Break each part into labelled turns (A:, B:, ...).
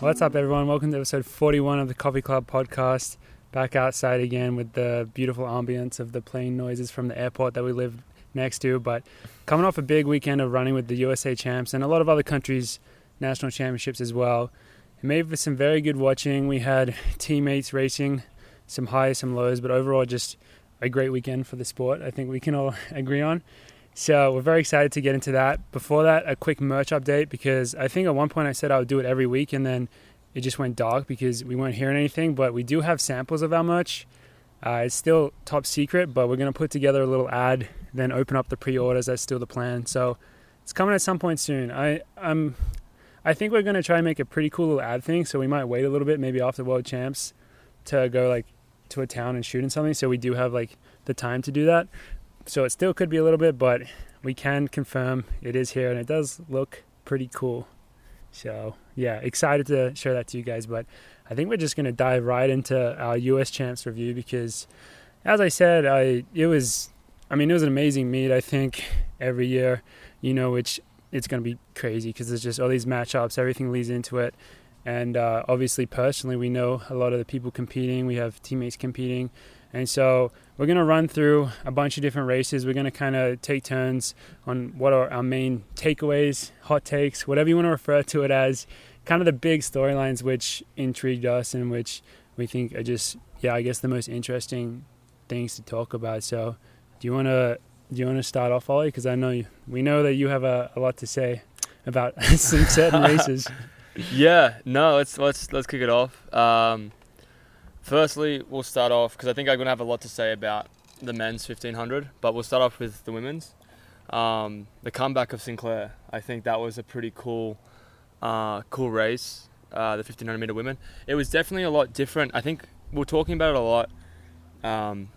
A: What's up, everyone? Welcome to episode 41 of the Coffee Club podcast. Back outside again with the beautiful ambience of the plane noises from the airport that we live next to. But coming off a big weekend of running with the USA champs and a lot of other countries' national championships as well, it made for some very good watching. We had teammates racing, some highs, some lows, but overall, just a great weekend for the sport. I think we can all agree on. So we're very excited to get into that. Before that, a quick merch update because I think at one point I said I would do it every week and then it just went dark because we weren't hearing anything. But we do have samples of our merch. Uh, it's still top secret, but we're going to put together a little ad, then open up the pre-orders. That's still the plan. So it's coming at some point soon. I um, I think we're going to try and make a pretty cool little ad thing. So we might wait a little bit, maybe after World Champs, to go like to a town and shoot in something. So we do have like the time to do that so it still could be a little bit, but we can confirm it is here and it does look pretty cool. So yeah, excited to share that to you guys. But I think we're just gonna dive right into our U.S. champs review because, as I said, I it was, I mean, it was an amazing meet. I think every year, you know, which it's gonna be crazy because there's just all these matchups, everything leads into it, and uh, obviously personally, we know a lot of the people competing. We have teammates competing, and so we're going to run through a bunch of different races. We're going to kind of take turns on what are our main takeaways, hot takes, whatever you want to refer to it as, kind of the big storylines which intrigued us and which we think are just, yeah, I guess the most interesting things to talk about. So, do you want to do you want to start off, Ollie? Because I know you, we know that you have a, a lot to say about some certain races.
B: yeah, no, let's let's let's kick it off. Um, firstly, we'll start off because I think I'm gonna have a lot to say about the men's 1500, but we'll start off with the women's. Um, the comeback of Sinclair, I think that was a pretty cool, uh, cool race. Uh, the 1500 meter women, it was definitely a lot different. I think we we're talking about it a lot. Um,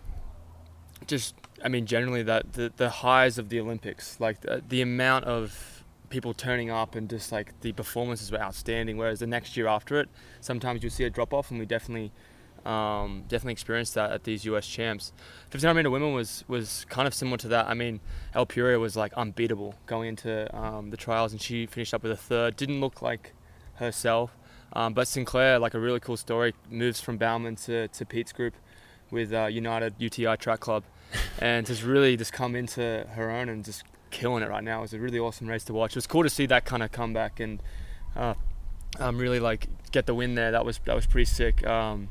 B: just, I mean, generally that the, the highs of the Olympics, like the, the amount of people turning up and just like the performances were outstanding. Whereas the next year after it, sometimes you'll see a drop off, and we definitely um, definitely experienced that at these US champs. 1500 meter women was was kind of similar to that. I mean, El Puria was like unbeatable going into um, the trials, and she finished up with a third. Didn't look like herself, um, but Sinclair, like a really cool story, moves from Bauman to, to Pete's group with uh, United UTI Track Club, and has really just come into her own and just killing it right now. It was a really awesome race to watch. It was cool to see that kind of comeback and. Uh, um, really like get the win there. That was that was pretty sick. Um,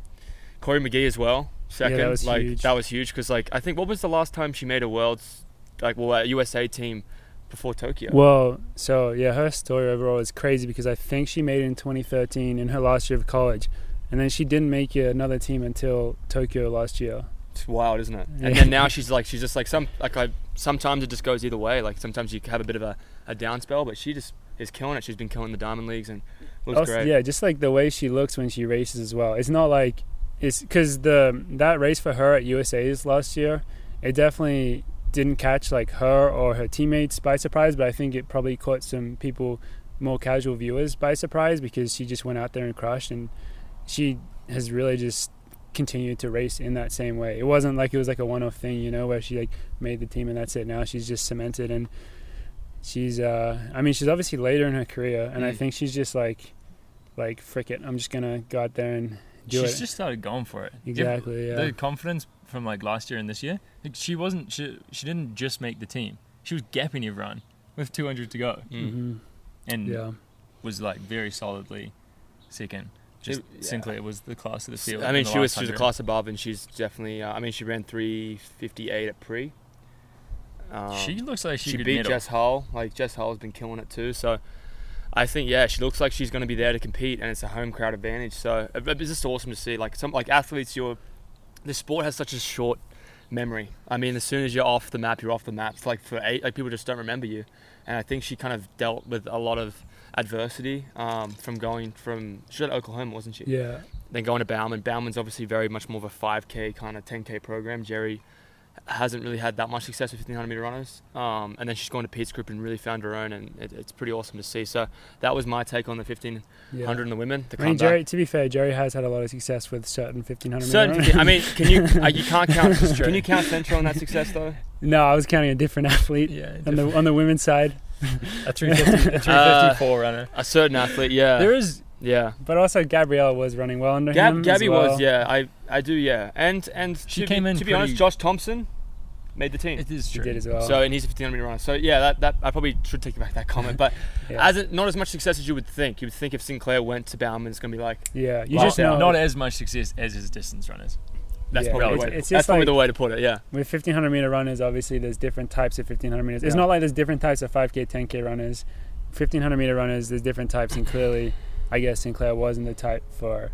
B: Corey McGee as well. Second,
A: was
B: like
A: huge.
B: that was huge because like I think what was the last time she made a world's like well a USA team before Tokyo?
A: Well, so yeah, her story overall is crazy because I think she made it in 2013 in her last year of college, and then she didn't make it another team until Tokyo last year.
B: It's wild, isn't it?
A: Yeah.
B: And then now she's like she's just like some like I sometimes it just goes either way. Like sometimes you have a bit of a, a down spell, but she just is killing it. She's been killing the diamond leagues and looks
A: Also-
B: great.
A: Yeah, just like the way she looks when she races as well. It's not like it's because the that race for her at USA's last year, it definitely didn't catch like her or her teammates by surprise. But I think it probably caught some people, more casual viewers, by surprise because she just went out there and crushed, and she has really just continued to race in that same way. It wasn't like it was like a one-off thing, you know, where she like made the team and that's it. Now she's just cemented and she's uh I mean, she's obviously later in her career and I
B: Mm.
A: think she's just like like frick it. I'm just going to go out there and do
C: She's
A: it.
C: just started going for it. If-
A: exactly. yeah.
C: The confidence from like last year and this year, like she wasn't. She, she didn't just make the team. She was gapping everyone with 200 to go,
B: Mm.
A: Mhm.
C: and
A: Yeah.
C: was like very solidly second. Just
B: It- yeah.
C: Sinclair was the class of the field.
B: I mean,
C: in the
B: she was
C: last
B: she was a
C: 100.
B: class above, and she's definitely. Uh, I mean, she ran three fifty eight at pre. Um,
C: She looks like she,
B: she
C: could
B: beat
C: medal.
B: Jess Hull. Like Jess Hull's been killing it too. So I think yeah, she looks like she's going to be there to compete, and it's a home crowd advantage. So it- it's just awesome to see. Like some like athletes, you're the sport has such a short memory. I mean, as soon as you're off the map, you're off the map. It's like for eight, like people just don't remember you. And I think she kind of dealt with a lot of adversity um, from going from she was at Oklahoma, wasn't she?
A: Yeah.
B: then going to Bauman. Bauman's obviously very much more of a 5K kind of 10K program. Jerry hasn't really had that much success with 1500 meter runners. Um, and then she's gone to Pete's group and really found her own, and it, it's pretty awesome to see. So that was my take on the 1500
A: Yeah.
B: and the women. The
A: I mean,
B: comeback.
A: Jerry. To be fair, Jerry has had a lot of success with certain fifteen hundred.
B: Certain, I mean, can you uh, you can't count can you count Central on that success though?
A: no, I was counting a different athlete
C: Yeah,
A: on the on the women's side,
C: a 350, a 354 runner.
B: Uh, A certain athlete, yeah,
C: There is
B: yeah.
A: but also Gabrielle was running well under him.
B: Gab,
A: as
B: Gabby
A: well.
B: was, yeah. I I do, yeah. And and
C: She
B: to
C: came
B: be,
C: in
B: to be honest,
C: pretty-
B: Josh Thompson made the team.
C: it is
A: she
C: true.
A: did as well.
B: So and he's a 1500 meter runner. So yeah, that, that I probably should take back that comment, but
A: yeah,
B: as in- not as much success as you would think. You would think if Sinclair went to Bauman, it's gonna be like
A: yeah, you
B: Well,
A: just know
C: not as much success as his distance runners.
B: that's
A: Yeah.
B: probably the
A: It's-
B: way.
A: it's
B: that's
A: just
B: probably
A: like-
B: the way to put it. Yeah,
A: with 1500 meter runners obviously there's different types of 1500 meters it's
B: Yeah.
A: not like there's different types of 5k 10k runners 1500 meter runners there's different types and clearly i guess sinclair wasn't the type for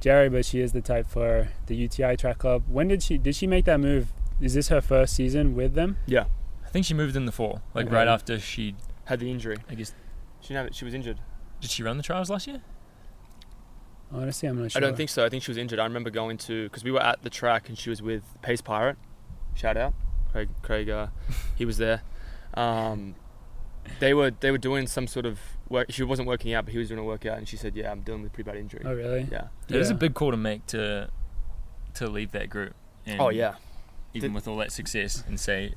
A: jerry but she is the type for the uti track club when did she did she make that move is this her first season with them
C: I think she moved in the fall, like
A: Okay.
C: right after she.
B: had the injury.
C: I guess
B: She didn't have it. She was injured.
C: did she run the trials last year?
A: honestly i'm not sure
B: I don't think so. I think she was injured. I remember going to because we were at the track and she was with Pace Pirate. Shout out, Craig. Craig, uh, he was there. Um, they were they were doing some sort of work. She wasn't working out, but he was doing a workout, and she said, "Yeah, I'm dealing with pretty bad injury."
A: oh really
B: Yeah.
C: It was a
A: Yeah.
C: big call to make to to leave that group. And
B: Oh yeah.
C: Even
B: Did-
C: with all that success, and say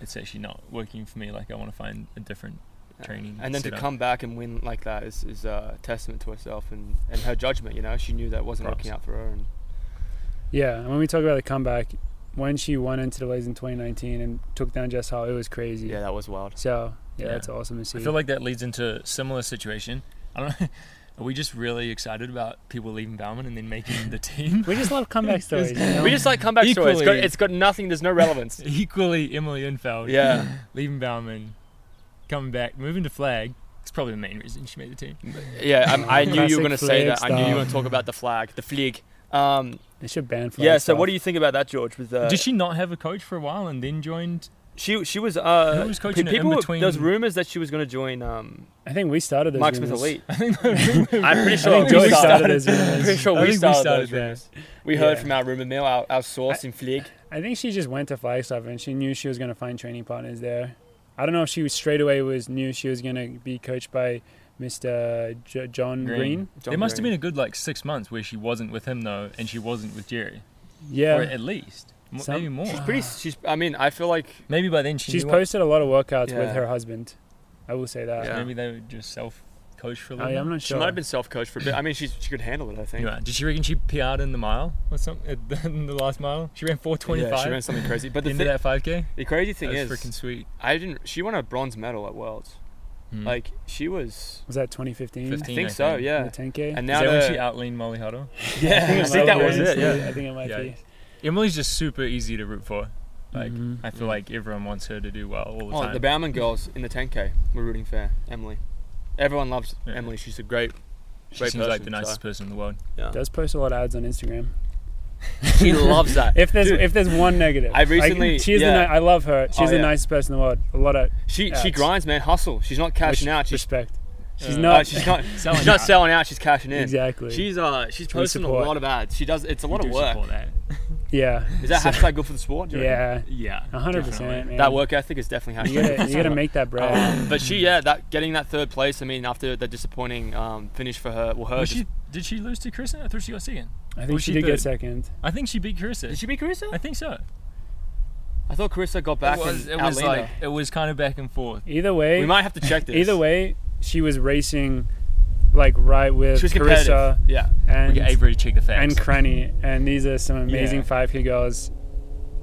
C: it's actually not working for me. Like I want to find a different training.
B: And then to
C: setup.
B: come back and win like that is, is uh, a testament to herself and, and her judgment. You know, she knew that wasn't
C: Props.
B: working out for her. And
A: Yeah, and when we talk about the comeback, when she won into the Blaze in 2019 and took down Jess Hall, it was crazy.
B: yeah, that was wild.
A: So yeah,
C: Yeah.
A: that's awesome to see.
C: I feel like that leads into a similar situation. I don't. Are we just really excited about people leaving Bauman and then making the team?
A: we just love comeback stories. you know?
B: We just like comeback stories. It's got,
C: Equally- Oh,
B: it's got nothing. There's no relevance.
C: Equally, Emily Infeld.
B: yeah.
C: Leaving Bauman, coming back, moving to Flag. It's probably the main reason she made the team.
B: Yeah, I'm, I knew you
A: Classic
B: were going to say
A: flag
B: that. I knew you were going to
A: style.
B: talk about the flag, the flag. Um,
A: they should ban. flag
B: yeah. So, what
A: stuff.
B: do you think about that, George? With uh,
C: Did she not have a coach for a while and then joined?
B: she she was uh,
C: Who was coaching her in
B: people were-
C: between-
B: there was rumors that she was going to join um,
A: I think we started those.
B: Mark Smith
A: rumors.
B: Elite.
C: I think the
B: I'm pretty
A: I
B: sure
A: think
B: we
A: Joey started
B: started.
A: those
B: I'm pretty
A: rumors.
B: sure we
C: I think we
B: started,
C: started
B: those
C: that.
B: rumors. We heard
A: Yeah.
B: from our rumor mill, our, our source in Flig.
A: I think she just went to Flagstaff and she knew she was going to find training partners there. I don't know if she was straight away was knew she was going to be coached by Mr. J- John Green.
C: Green. There must have been a good like six months where she wasn't with him though, and she wasn't with Jerry,
A: Yeah,
C: or at least M-
A: Some-
C: maybe more.
B: She's pretty. She's. I mean, I feel like
C: Maybe by then she
A: she's
C: knew what-
A: posted a lot of workouts with
B: Yeah.
A: her husband. I will say that.
B: Yeah.
C: Maybe they would just self coach for a
A: I,
C: little.
A: am
C: bit.
A: not
B: she
A: sure.
B: might have been self-coached for a bit. I mean, she's, she could handle it. I think.
C: Anyway, did she reckon she PR'd in the mile or something? At the, in the last mile, she ran
B: Yeah, she
C: 425.
B: ran something crazy. But the,
C: into
B: thi-
C: that 5k.
B: the crazy thing
C: that
B: is,
C: was freaking sweet.
B: I didn't. She won a bronze medal at Worlds.
C: Mm.
B: Like she was.
A: Was that 2015?
C: 15,
B: I think so.
C: think.
B: Yeah.
A: The 10k.
B: And
C: is
B: now
C: that when
B: the-
C: she outleaned Molly Huddle?
B: Yeah,
A: it
B: I
A: might
B: think that
A: be,
B: was it.
A: honestly.
B: Yeah.
A: I think it might
C: Yeah.
A: be.
C: Emily's just super easy to root for. Like
A: Mhm.
C: I feel like everyone wants her to do well all Mm-hmm. the
B: Oh,
C: time.
B: the Bauman girls in the 10K were rooting for Emily. Everyone loves
C: Yeah.
B: Emily. She's a great.
C: she
B: great
C: seems like
B: person,
C: the nicest
B: so.
C: person in the world.
A: Does post a lot of ads on Instagram.
B: She loves that.
A: If there's
B: Dude,
A: if there's one negative,
B: I recently-
A: she's the
B: yeah.
A: ni- I love her. She's
B: Oh,
A: the
B: yeah.
A: nicest person in the world. A lot of
B: she she
A: ads.
B: grinds, man. Hustle. She's not cashing
A: res-
B: out. She's
A: respect. She's
C: Uh,
B: uh,
A: not
B: she's not.
C: Selling
B: she's not
C: out.
B: selling out. She's cashing in.
A: exactly.
B: She's uh she's
A: We
B: posting a
A: support.
B: lot of ads. She does. It's a lot
C: We
B: of
C: do
B: work.
C: support that.
A: yeah,
B: Is that hashtag good for the sport? do you reckon?
A: yeah,
C: Yeah,
A: a hundred
C: definitely.
A: percent. man.
B: That work ethic is definitely hashtag.
A: You
B: good for
A: gotta,
B: the
A: you gotta
B: sport.
A: make that bread.
B: Um, but she, yeah, that getting that third place. I mean, after the disappointing um, finish for her, well, her.
C: Was
B: dis-
C: she, did she lose to Carissa? I thought she got second.
A: I
C: well,
A: think she
C: she
A: did get
C: did.
A: second.
C: I think she beat Carissa.
B: did she beat Carissa?
C: I think so.
B: I thought Carissa got back.
C: it was,
B: and
C: it was
B: outleaned
C: like
B: her.
C: it was kind of back and forth.
A: Either way,
B: we might have to check this.
A: either way, she was racing like right with
B: she was
A: Carissa
B: competitive. Yeah.
C: We
A: and
C: get Avery to check the facts.
A: and Cranny, and these are some amazing
C: Yeah.
A: 5K girls.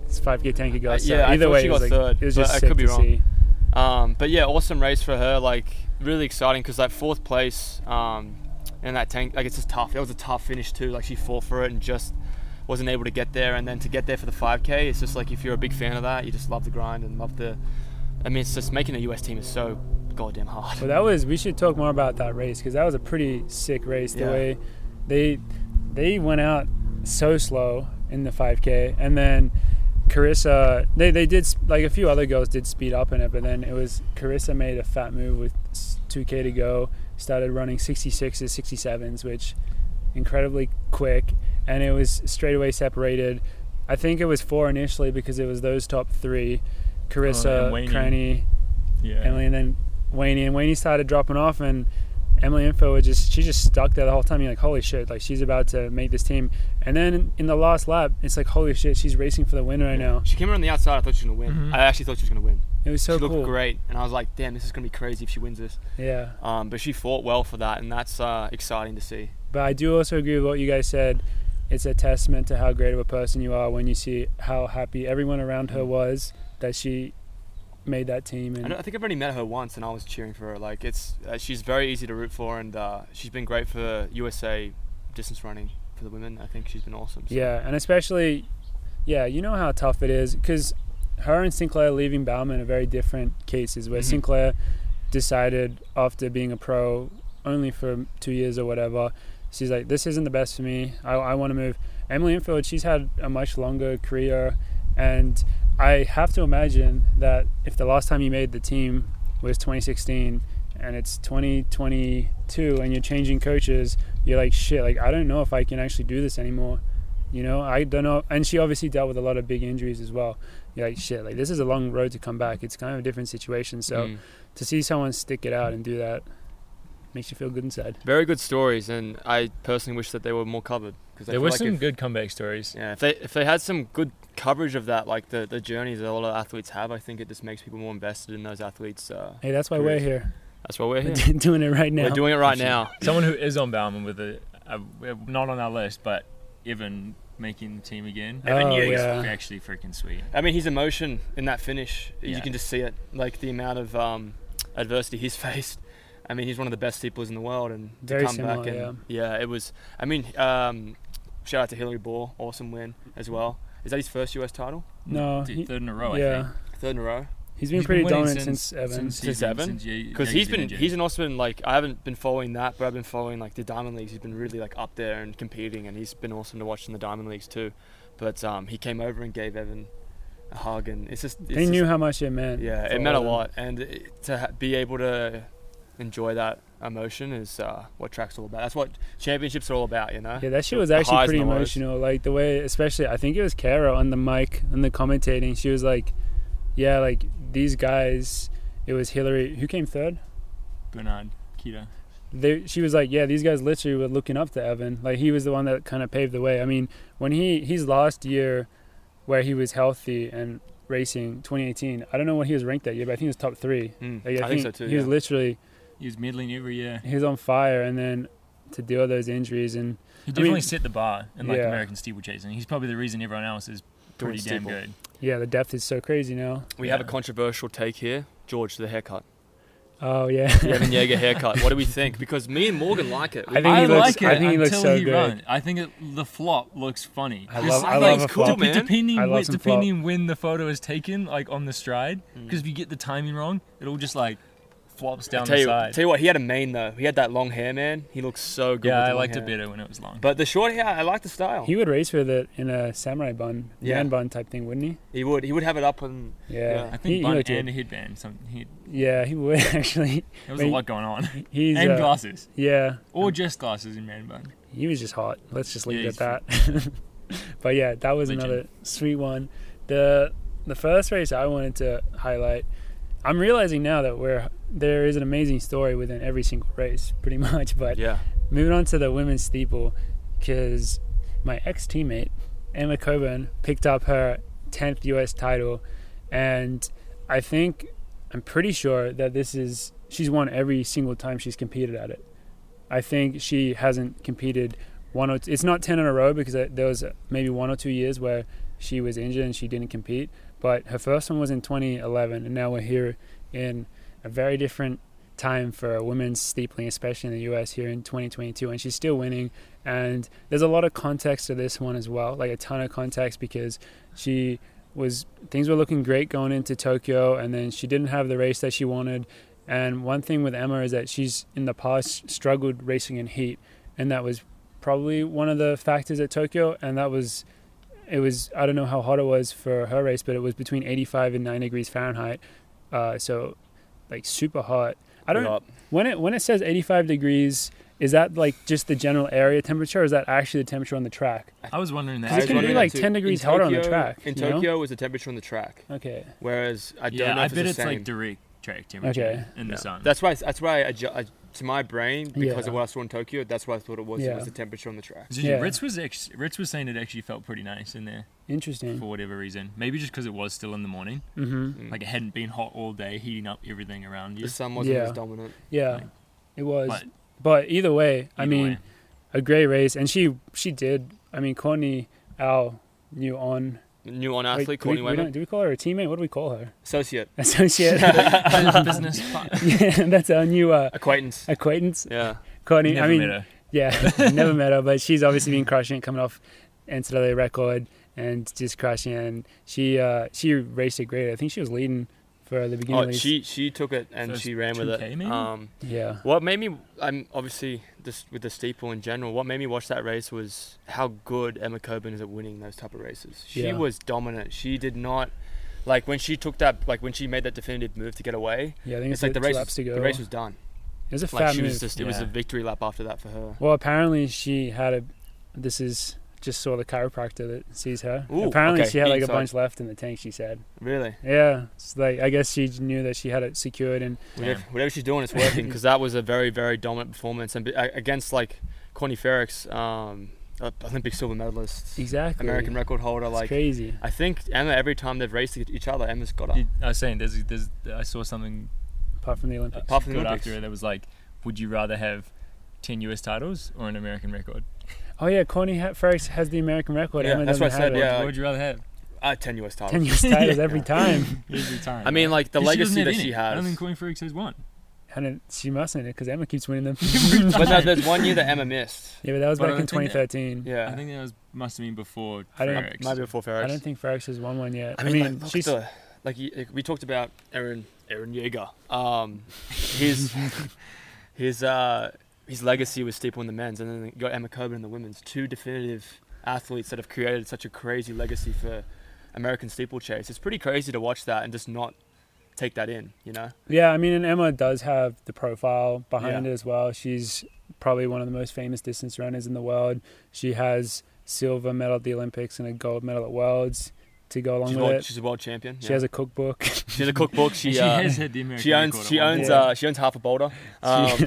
A: It's 5K, 10K girls.
B: Uh, yeah,
A: so
B: I
A: either
B: thought
A: way,
B: she
A: it was,
B: got
A: like,
B: third,
A: it was
B: but
A: just
B: I
A: sick
B: could be
A: to
B: wrong.
A: see.
B: Um, but yeah, awesome race for her. Like really exciting because that fourth place um, in that tank, like it's just tough. It was a tough finish too. Like she fought for it and just wasn't able to get there. And then to get there for the 5K, it's just like if you're a big fan of that, you just love the grind and love the. I mean, it's just making a US team is so goddamn hard.
A: But that was we should talk more about that race because that was a pretty sick race. The
B: Yeah.
A: way they they went out so slow in the 5K, and then Carissa they they did sp- like a few other girls did speed up in it, but then it was Carissa made a fat move with s- 2K to go, started running 66s, 67s, which incredibly quick, and it was straight away separated. I think it was four initially because it was those top three, Carissa,
C: Oh, and Wainey.
A: Cranny,
C: Yeah.
A: Emily, and then Wayne. And Wayne started dropping off, and Emily Info was just she just stuck there the whole time. You're like, holy shit, like she's about to make this team. And then in, in the last lap, it's like, holy shit, she's racing for the win right now.
B: She came around the outside. I thought she was gonna win.
C: Mhm.
B: I actually thought she was gonna win.
A: It was Mm-hmm. so
B: she looked
A: cool.
B: great, and I was like, "Damn, this is gonna be crazy if she wins this."
A: Yeah.
B: Um, but she fought well for that, and that's uh, exciting to see.
A: But I do also agree with what you guys said. It's a testament to how great of a person you are when you see how happy everyone around her was that she made that team.
B: Mm. I,
A: And
B: know, I think I've only met her once, and I was cheering for her. Like it's, uh, she's very easy to root for, and uh, she's been great for USA distance running for the women. I think she's been awesome. so-
A: Yeah, and especially, yeah, you know how tough it is because her and Sinclair leaving Bauman are very different cases. Where
C: Mhm.
B: Mm-hmm.
A: Sinclair decided after being a pro only for two years or whatever, she's like, this isn't the best for me. I, I want to move. Emily Infield, she's had a much longer career, and I have to imagine that if the last time you made the team was 2016 and it's 2022 and you're changing coaches, you're like, shit, like, I don't know if I can actually do this anymore. You know, I don't know. And she obviously dealt with a lot of big injuries as well. You're like, shit, like, this is a long road to come back. It's kind of a different situation. So
B: Mm.
A: to see someone stick it out and do that makes you feel good inside.
B: very good stories, and I personally wish that they were more covered because
C: There were some good comeback stories.
B: Yeah, if they if they had some good coverage of that, like the the journeys that a lot of athletes have, I think it just makes people more invested in those athletes. Uh,
A: Hey, that's why
B: Correct.
A: we're here.
B: that's why we're here.
A: We're doing it right now.
B: We're doing it right now.
C: Someone who is on Bauman with a, a we're not on our list, but Evan making the team again.
A: Evan Oh, Yeager. yeah.
C: is actually freaking sweet.
B: I mean, his emotion in that finish,
C: Yeah.
B: you can just see it. Like the amount of um, adversity he's faced. I mean, he's one of the best steeplers in the world, and to
A: Very
B: come back
A: similar,
B: and yeah. it was. I mean, um, shout out to Hillary Ball, awesome win as well. Is that his first US title?
A: No,
C: Dude,
A: he-
C: third in a row. I
A: yeah.
C: think.
B: Third in a row.
A: He's been
C: He's
A: pretty
C: winning
A: dominant since, Evan.
B: Since Evan?
C: Ye-
B: because
C: Yeager's
B: he's been
C: injured.
B: he's an awesome like I haven't been following that, but I've been following like the Diamond Leagues. He's been really like up there and competing, and he's been awesome to watch in the Diamond Leagues too. But um, he came over and gave Evan a hug, and it's just it's
A: they knew
B: just-
A: how much it meant.
B: yeah,
A: for
B: it meant a
A: all of
B: lot, and it, to ha- be able to enjoy that emotion is uh, what track's all about. That's what championships are all about, you know.
A: them. Yeah, that shit was
B: The
A: actually
B: highs
A: pretty
B: and the lows.
A: emotional. Like the way, especially, I think it was Kara on the mic and the commentating. She was like, "Yeah, like these guys." It was Hillary who came third.
C: Bernard Kita.
A: They, she was like, "Yeah, these guys literally were looking up to Evan. Like he was the one that kind of paved the way." I mean, when he his last year, where he was healthy and racing, 2018. I don't know what he was ranked that year, but I think he was top three.
B: Mm,
A: Like,
B: I, think, so too.
A: He was
B: yeah.
A: literally
C: He was meddling every year.
A: he was on fire and then to deal with those injuries and
C: He definitely
A: mean-
C: set the bar in like
A: Yeah.
C: American steeplechasing. He's probably the reason everyone else is
B: Doing
C: pretty damn
B: steeple.
C: good.
A: yeah the depth is so crazy now
B: we have a
C: yeah.
B: controversial take here, George, the haircut,
A: oh yeah
B: the Evan Yeager haircut. What do we think? Because me and Morgan like it. We
A: I think he looks-
C: like it
A: I think he looks
C: until
A: so
C: he
A: good.
C: runs. I think it, the flop looks funny.
A: I
C: It's
A: love- I
C: like,
A: love a
C: cool,
A: flop.
C: but depending
A: I love
C: when,
A: some
C: depending when the photo is taken, like on the stride,
B: Mm.
C: because if you get the timing wrong, it all just like flops down
B: tell
C: the
B: you,
C: side.
B: Tell you what, he had a mane though. He had that long hair, man. He looks so good.
C: yeah,
B: with the
C: I
B: long
C: liked it
B: hair.
C: better when it was long.
B: But the short hair, I like the style.
A: he
B: He,
A: would race with it in a samurai bun
B: Oh. Yeah.
A: man bun type thing wouldn't he
B: would. He would have it up and
A: yeah,
B: Yeah.
C: I
A: he,
C: think
A: he
C: bun
A: looked
C: and
A: good.
C: a headband. Something. He,
A: yeah he would actually
C: there was
A: Wait.
C: a lot going on,
A: he's
C: and
A: uh,
C: glasses,
A: yeah
C: or just glasses in man bun.
A: he was just hot let's just leave
C: Yeah,
A: it at that but yeah that was
C: Legend.
A: another sweet one the the first race I wanted to highlight I'm realizing now that we're there is an amazing story within every single race pretty much but
B: yeah.
A: Moving on to the women's steeple, because my ex teammate Emma Coburn picked up her tenth U.S. title, and I think I'm pretty sure that this is she's won every single time she's competed at it. I think she hasn't competed one or two, it's not ten in a row because I- there was uh, maybe one or two years where she was injured and she didn't compete. But her first one was in 2011, and now we're here in a very different time for women's steepling, especially in the US here in 2022, and she's still winning. And there's a lot of context to this one as well, like a ton of context because she was things were looking great going into Tokyo, and then she didn't have the race that she wanted. And one thing with Emma is that she's in the past struggled racing in heat, and that was probably one of the factors at Tokyo. And that was it was I don't know how hot it was for her race, but it was between 85 and 9 degrees Fahrenheit, uh, so like super hot. I don't
B: Up.
A: when it when it says 85 degrees Is that like just the general area temperature, or is that actually the temperature on the track?
C: I was wondering that.
A: Because it
B: was
A: can be
B: wondering
A: like
B: that too.
A: ten
B: In
A: degrees hotter on the
B: Tokyo-
A: track.
B: In
A: you know?
B: Tokyo, was the temperature on the track,
A: Okay.
B: whereas I don't
C: yeah,
B: know
C: I
B: if
C: bet
B: it's,
C: it's
B: the same.
C: like direct track temperature
A: Okay.
C: in
B: Yeah.
C: the sun.
B: That's why. That's why I, ju- I to my brain because
A: Yeah.
B: of what I saw in Tokyo. That's what I thought it was.
A: Yeah.
B: It was the temperature on the track.
C: Dude,
A: Yeah.
C: Ritz was ex- Ritz was saying it actually felt pretty nice in there for
A: Interesting.
C: whatever reason. Maybe just because it was still in the morning,
A: hmm
B: Mm.
C: like it hadn't been hot all day, heating up everything around you.
B: the sun wasn't
A: Yeah.
B: as dominant.
A: Yeah,
C: Like-
A: it was.
C: But
A: But either way, I
C: either
A: mean,
C: way,
A: a great race, and she she did. I mean, Courtney, our new on
B: New on
A: wait,
B: athlete,
A: do, we,
B: Courtney
A: we
B: Wayman,
A: don't, do we call her a teammate? What do we call her?
B: associate,
A: Associate.
C: business. part-
A: yeah, that's our new uh,
B: acquaintance.
A: acquaintance,
B: Yeah,
A: Courtney.
C: Never
A: I mean,
C: met her.
A: yeah, never met her, but she's obviously been crushing it, coming off NCAA record and just crushing. It. And she uh, she raced it great. I think she was leading for the beginning.
B: oh,
A: of these.
B: she she took it and
C: First
B: she ran with
C: 2K
B: it.
C: maybe?
B: Um,
A: yeah,
B: what made me, I'm obviously just with the steeple in general. What made me watch that race was how good Emma Coburn is at winning those type of races. She
A: Yeah.
B: was dominant. She did not, like when she took that, like when she made that definitive move to get away.
A: yeah. I think
B: It's
A: it's,
B: like the
A: two
B: race,
A: laps to go.
B: the race was done.
A: it was a
B: Like
A: fat
B: she
A: move.
B: was just, it was
C: Yeah.
B: a victory lap after that for her.
A: Well, apparently she had a. This is just saw the chiropractor that sees her.
B: Ooh,
A: apparently
B: okay,
A: she had like
B: inside.
A: a bunch left in the tank. She said,
B: Really,
A: "Yeah, it's like I guess she knew that she had it secured." And
B: whatever,
C: Damn.
B: whatever she's doing, it's working because that was a very very dominant performance and be- a- against like Courtney Ferrex, um, uh, Olympic silver medalist,
A: exactly,
B: American record holder.
A: It's
B: Like
A: crazy.
B: I think Emma, every time they've raced each other, Emma's got up.
C: Dude, I was saying, there's, there's, I saw something
A: Apart from the Olympics,
B: Apart from the
C: good
B: Olympics.
C: after it that was like, would you rather have ten US titles or an American record?
A: oh yeah, Corny Ha- Ferris has the American record.
B: Yeah,
A: Emma
B: that's
A: doesn't
B: what I
A: have
B: said,
A: it.
B: yeah.
C: what would you rather have?
B: Uh, ten US titles.
A: ten years titles every
B: Yeah.
A: time.
C: Every time.
B: I mean, like the legacy that she
C: I don't
B: has.
C: think Coin Freaks has one.
A: And it, she mustn't because Emma keeps winning them.
B: But no, there's one year that Emma missed.
A: yeah, but that was
C: But I
A: back in
C: don't think that-
A: 2013.
B: Yeah,
C: I think that was must have been before.
A: I don't-
C: Frerichs.
B: might be before Ferrex.
A: I don't think Ferris has won one yet.
B: I mean, like, look
A: she's
B: at the- like y- we talked about Aaron Aaron Yeager. Um, his his uh his legacy was steeple in the men's, and then you got Emma Coburn in the women's. Two definitive athletes that have created such a crazy legacy for American steeplechase. It's pretty crazy to watch that and just not take that in. You know,
A: Yeah, I mean, and Emma does have the profile behind
B: Yeah.
A: it as well. She's probably one of the most famous distance runners in the world. She has silver medal at the Olympics and a gold medal at Worlds to go along
B: she's,
A: with
B: world,
A: it.
B: she's a world champion.
A: She
B: yeah.
A: has a cookbook.
B: She has a cookbook. She,
C: She
B: uh,
C: has had the American
B: she owns
C: record at
B: she
C: one
B: owns
C: point.
B: uh, she owns half a boulder. Um,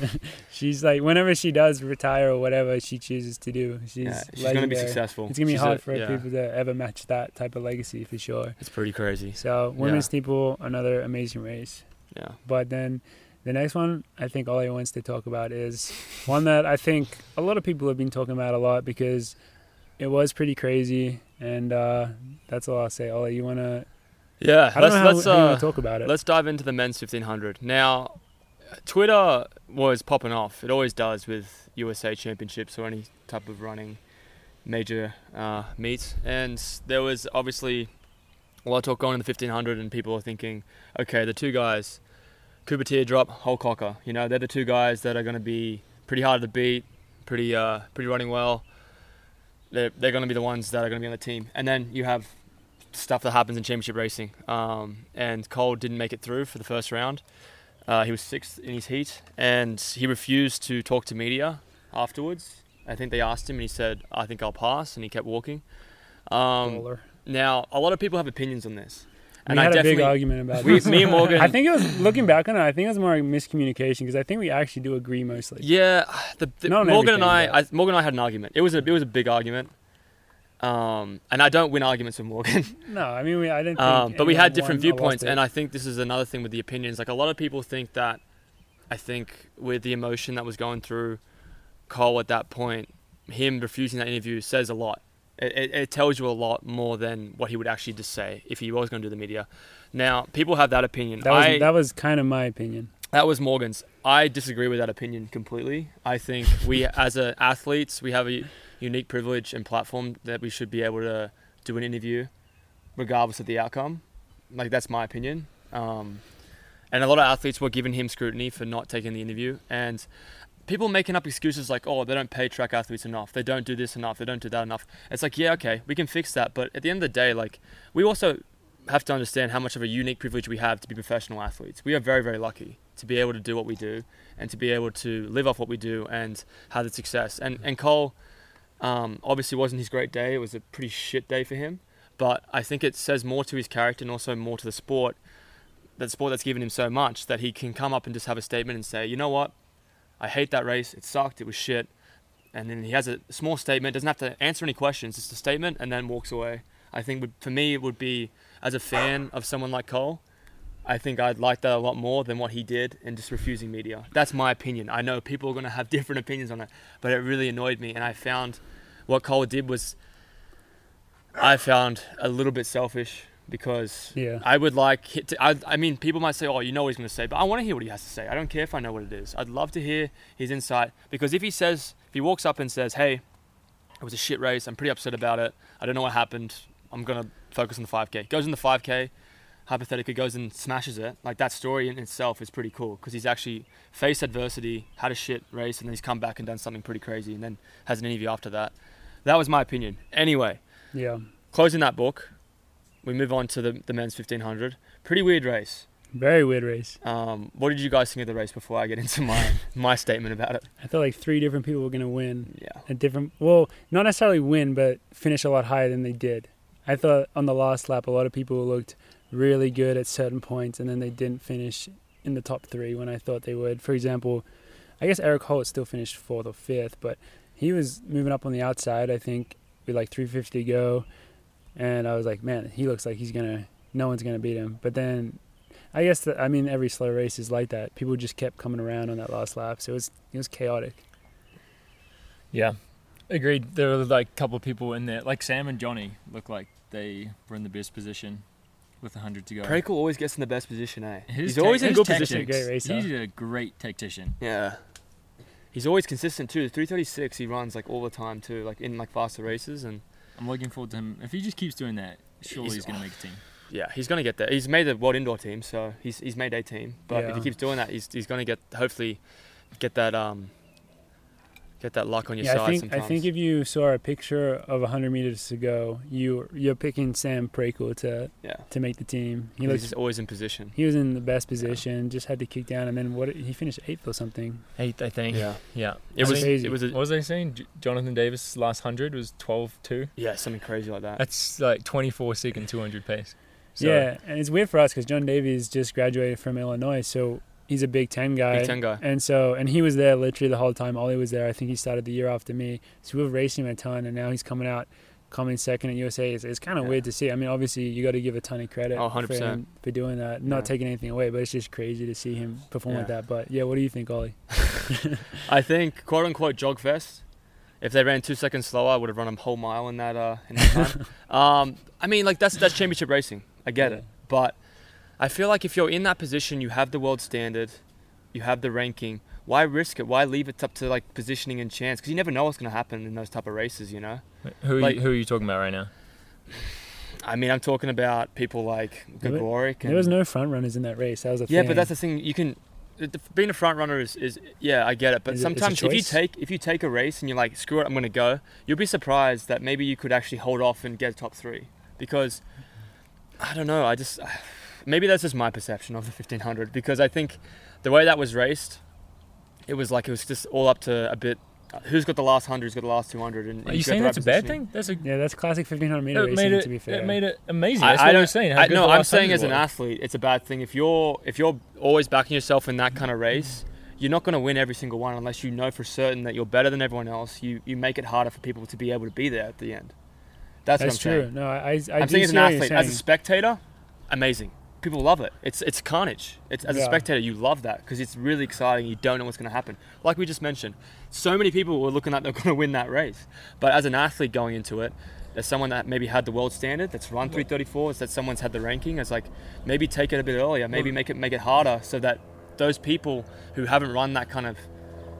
A: she's like, whenever she does retire or whatever she chooses to do, she's
B: yeah, she's going to be
A: legendary.
B: successful.
A: It's gonna be
B: She's a-
A: hard for
B: yeah.
A: people to ever match that type of legacy for sure.
B: It's pretty crazy.
A: So women's steeple, another amazing race.
B: Yeah.
A: But then the next one I think Ollie wants to talk about is one that I think a lot of people have been talking about a lot because it was pretty crazy. And uh, that's all I'll say. Ollie, you want to.
B: Yeah.
A: I don't
B: let's
A: know how,
B: let's
A: how you want
B: uh,
A: to talk about it.
B: let's dive into the men's 1500. Now, Twitter was popping off. It always does with USA Championships or any type of running major uh, meets. And there was obviously a lot of talk going in the 1500, and people are thinking, okay, the two guys, Cooper Teardrop, Hulk Hocker. You know, they're the two guys that are going to be pretty hard to beat, pretty uh, pretty running well. They're, they're going to be the ones that are going to be on the team. And then you have stuff that happens in championship racing. Um, and Cole didn't make it through for the first round. Uh, he was sixth in his heat, and he refused to talk to media afterwards. I think they asked him, and he said, "I think I'll pass," and he kept walking. Um,
A: Baller.
B: now, a lot of people have opinions on this,
A: we had a big argument about
B: we,
A: this.
B: me and Morgan.
A: I think it was, looking back on it, I think it was more miscommunication because I think we actually do agree mostly.
B: Yeah, the, the,
A: Not on
B: Morgan and
A: everything,
B: I, I, Morgan and I had an argument. It was a, it was a big argument. Um, and I don't win arguments with Morgan.
A: No, I mean, we, I didn't think.
B: Um, but we had
A: anyone
B: different
A: won or lost
B: viewpoints,
A: it.
B: and I think this is another thing with the opinions. Like a lot of people think that, I think with the emotion that was going through Cole at that point, him refusing that interview says a lot. It, it, it tells you a lot more than what he would actually just say if he was going to do the media. Now, people have that opinion.
A: That was,
B: I,
A: that was kind of my opinion.
B: that was Morgan's. I disagree with that opinion completely. I think we, as a, athletes, we have a unique privilege and platform that we should be able to do an interview, regardless of the outcome. Like that's my opinion. Um, and a lot of athletes were giving him scrutiny for not taking the interview, and people making up excuses like, "Oh, they don't pay track athletes enough. They don't do this enough. They don't do that enough." It's like, yeah, okay, we can fix that. But at the end of the day, like we also have to understand how much of a unique privilege we have to be professional athletes. We are very, very lucky. to be able to do what we do and to be able to live off what we do and have the success. And and Cole um, obviously wasn't his great day. It was a pretty shit day for him. But I think it says more to his character and also more to the sport, that sport that's given him so much that he can come up and just have a statement and say, you know what, I hate that race. It sucked. It was shit. And then he has a small statement. Doesn't have to answer any questions. Just a statement, and then walks away. I think would, for me it would be as a fan of someone like Cole. I think I'd like that a lot more than what he did in just refusing media. That's my opinion. I know people are going to have different opinions on it, but it really annoyed me. And I found what Cole did was, I found a little bit selfish because
A: Yeah.
B: I would like. hi- To, I, I mean, people might say, "Oh, you know what he's going to say," but I want to hear what he has to say. I don't care if I know what it is. I'd love to hear his insight because if he says, if he walks up and says, "Hey, it was a shit race. I'm pretty upset about it. I don't know what happened. I'm gonna focus on the 5K." Goes in the 5K, hypothetically goes and smashes it. Like that story in itself is pretty cool because he's actually faced adversity, had a shit race, and then he's come back and done something pretty crazy, and then has an interview after that. That was my opinion. Anyway,
A: Yeah.
B: closing that book, we move on to the, the men's 1500. Pretty weird race.
A: Very weird race.
B: Um, what did you guys think of the race before I get into my my statement about it?
A: I thought like three different people were going to win.
B: Yeah.
A: A different, well, not necessarily win, but finish a lot higher than they did. I thought on the last lap, a lot of people looked really good at certain points, and then they didn't finish in the top three when I thought they would. For example, I guess Eric Holt still finished fourth or fifth, but he was moving up on the outside. I think with like 350 to go, and I was like, man, he looks like he's gonna. No one's gonna beat him. But then, I guess that I mean every slow race is like that. People just kept coming around on that last lap, so it was it was chaotic.
C: Yeah, agreed. There were like a couple of people in there, like Sam and Johnny, look like they were in the best position with hundred to go.
B: Prekel always gets in the best position, eh?
C: His
B: he's always
C: tec-
B: in
C: his
B: good
C: tactics-
B: position.
A: Great racer.
C: He's a great tactician.
B: Yeah. He's always consistent too. 336 he runs like all the time too, like in like faster races and
C: I'm looking forward to him. If he just keeps doing that, surely
B: He's
C: he's, going to make a team.
B: yeah, he's gonna get there. He's made the world indoor team, so he's he's made a team. But if he
A: Yeah.
B: keeps doing that, he's he's gonna get hopefully get that um get that luck on your
A: Yeah,
B: side
A: I think
B: sometimes.
A: I think if you saw a picture of 100 meters to go, you you're picking Sam Prakel to
B: yeah.
A: to make the team. He
B: He's
A: looks
B: just always in position.
A: he was in the best position, just had to kick down, and then what? He finished eighth or something.
C: Eighth, I think.
B: Yeah.
C: yeah.
B: It
A: I
B: was
A: think-
B: it was
C: What
B: a,
C: was I saying? J- Jonathan Davis' last hundred was 12-2.
B: yeah, something crazy like that.
C: That's like 24 second 200 pace. So
A: Yeah, and it's weird for us because John Davies just graduated from Illinois, so he's a Big Ten guy.
B: Big Ten guy.
A: And so, and he was there literally the whole time. Ollie was there. I think he started the year after me. So we were racing him a ton, and now he's coming out, coming second at USA. It's, it's kind of
B: Yeah.
A: weird to see. I mean, obviously, you got to give a ton of credit
B: Oh,
A: for
B: 100%.
A: him for doing that. Not
B: Yeah.
A: taking anything away, but it's just crazy to see him perform like
B: Yeah.
A: that. But yeah, what do you think, Ollie?
B: I think quote unquote jog fest. If they ran two seconds slower, I would have run a whole mile in that uh, in that time. um, I mean, like that's that's championship racing. I get it, but I feel like if you're in that position, you have the world standard, you have the ranking. Why risk it? Why leave it up to like positioning and chance? Because you never know what's going to happen in those type of races. You know.
C: who, are
B: Like-
C: you, who are you talking about right now?
B: I mean, I'm talking about people like
A: There wa-
B: Gregoric.
A: There was no front runners in that race. That was a
B: Yeah, but that's the thing. You can the- the- being a front runner is, is yeah, I get it. But
A: Is it- it's a
B: sometimes if you
A: choice?
B: take if you take a race and you're like, screw it, I'm gonna go, you'll be surprised that maybe you could actually hold off and get top three because I don't know. I just maybe that's just my perception of the 1500 because I think the way that was raced, it was like it was just all up to a bit. uh, Who's got the last hundred? Who's got the last 200? And, and
C: Are
B: who's got
C: you saying
B: the right
C: that's a bad
B: positioning.
C: thing? That's a
A: yeah, that's classic 1500 meter
C: it
A: racing.
C: made it,
A: to be fair,
C: it made it amazing.
B: I-
C: That's
B: I
C: what
B: don't-
C: I'm saying. How
B: I,
C: good
B: no,
C: the
B: I'm
C: last
B: saying
C: 100
B: as an
C: was.
B: athlete, it's a bad thing. If you're if you're always backing yourself in that kind of race, you're not going to win every single one unless you know for certain that you're better than everyone else. You you make it harder for people to be able to be there at the end. That's,
A: that's
B: what I'm
A: true.
B: saying.
A: No, I, I, I
B: I'm
A: do
B: saying as
A: see
B: an
A: what you're
B: athlete, as a
A: saying.
B: spectator, amazing. People love it. It's it's carnage. It's as a
A: Yeah.
B: spectator, you love that because it's really exciting. You don't know what's going to happen. Like we just mentioned, so many people were looking like they're going to win that race, but as an athlete going into it, as someone that maybe had the world standard, that's run 334, is that someone's had the ranking, it's like maybe take it a bit earlier, maybe
A: Mm.
B: make it make it harder so that those people who haven't run that kind of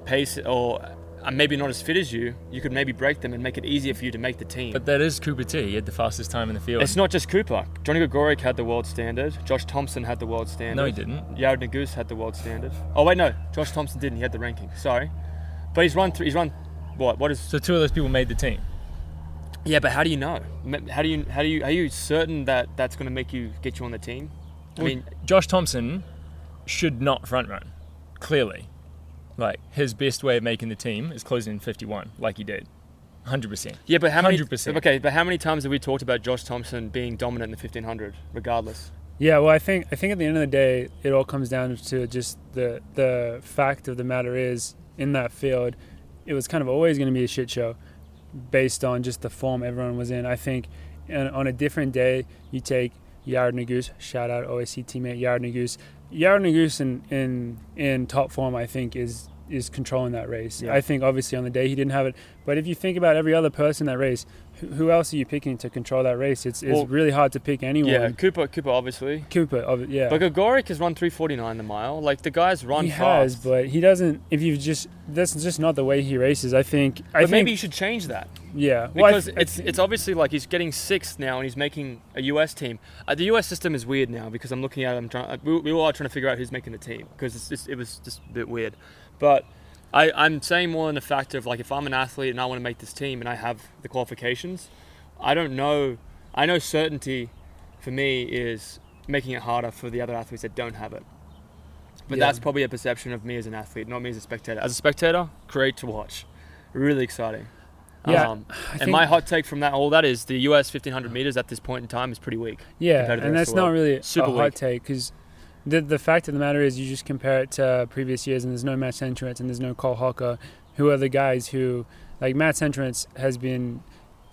B: pace or are maybe not as fit as you, you could maybe break them and make it easier for you to make the team.
C: But that is Cooper T. He had the fastest time in the field.
B: It's not just Cooper. Johnny Gregoric had the world standard. Josh Thompson had the world standard.
C: no, he didn't.
B: Jared Nagus had the world standard. Oh wait, no, Josh Thompson didn't. He had the ranking. Sorry, but he's run. Th- he's run. What? What is?
C: So two of those people made the team.
B: Yeah, but how do you know? M- How do you? How do you? Are you certain that that's going to make you get you on the team? I
C: Well,
B: mean,
C: Josh Thompson should not front run. Clearly, like his best way of making the team is closing in 51, like he did, 100. percent
B: Yeah, but how many?
C: 100%.
B: Okay, but how many times have we talked about Josh Thompson being dominant in the 1500, regardless?
A: Yeah, well, I think I think at the end of the day, it all comes down to just the the fact of the matter is in that field, it was kind of always going to be a shit show, based on just the form everyone was in. I think, and on a different day, you take Yard Nagus, shout out OSC teammate Yard Nagus. Yard Nagus in in in top form, I think is is controlling that race.
B: Yeah.
A: I think obviously on the day he didn't have it, but if you think about every other person in that race, who, who else are you picking to control that race? It's it's
B: Well,
A: really hard to pick anyone.
B: Yeah, Cooper, Cooper, obviously.
A: Cooper, ob- yeah.
B: But Gregoric has run 349 the mile. Like the guy's run
A: he has,
B: fast.
A: but he doesn't. If you just, that's just not the way he races. I think. I think.
B: but maybe you should change that
A: yeah. Well, I
B: because
A: th- I
B: it's
A: thi-
B: it's obviously like he's getting sixth now and he's making a US team. Uh, the US system is weird now because I'm looking at it, I'm trying. uh, We, we all are trying to figure out who's making the team because it's just, it was just a bit weird. But I, I'm saying more in the fact of like if I'm an athlete and I want to make this team and I have the qualifications, I don't know. I know certainty for me is making it harder for the other athletes that don't have it. But
A: Yeah.
B: that's probably a perception of me as an athlete, not me as a spectator. As a spectator, great to watch, really exciting.
A: Yeah,
B: um,
A: I
B: and
A: think-
B: my hot take from that all that is the US 1500 meters at this point in time is pretty weak.
A: yeah,
B: compared to the
A: and
B: rest
A: that's
B: of the
A: not
B: world.
A: really
B: Super
A: a hot
B: weak.
A: take because the the fact of the matter is you just compare it to previous years and there's no Matt Centrance and there's no Cole Hawker, who are the guys who like Matt Centrance has been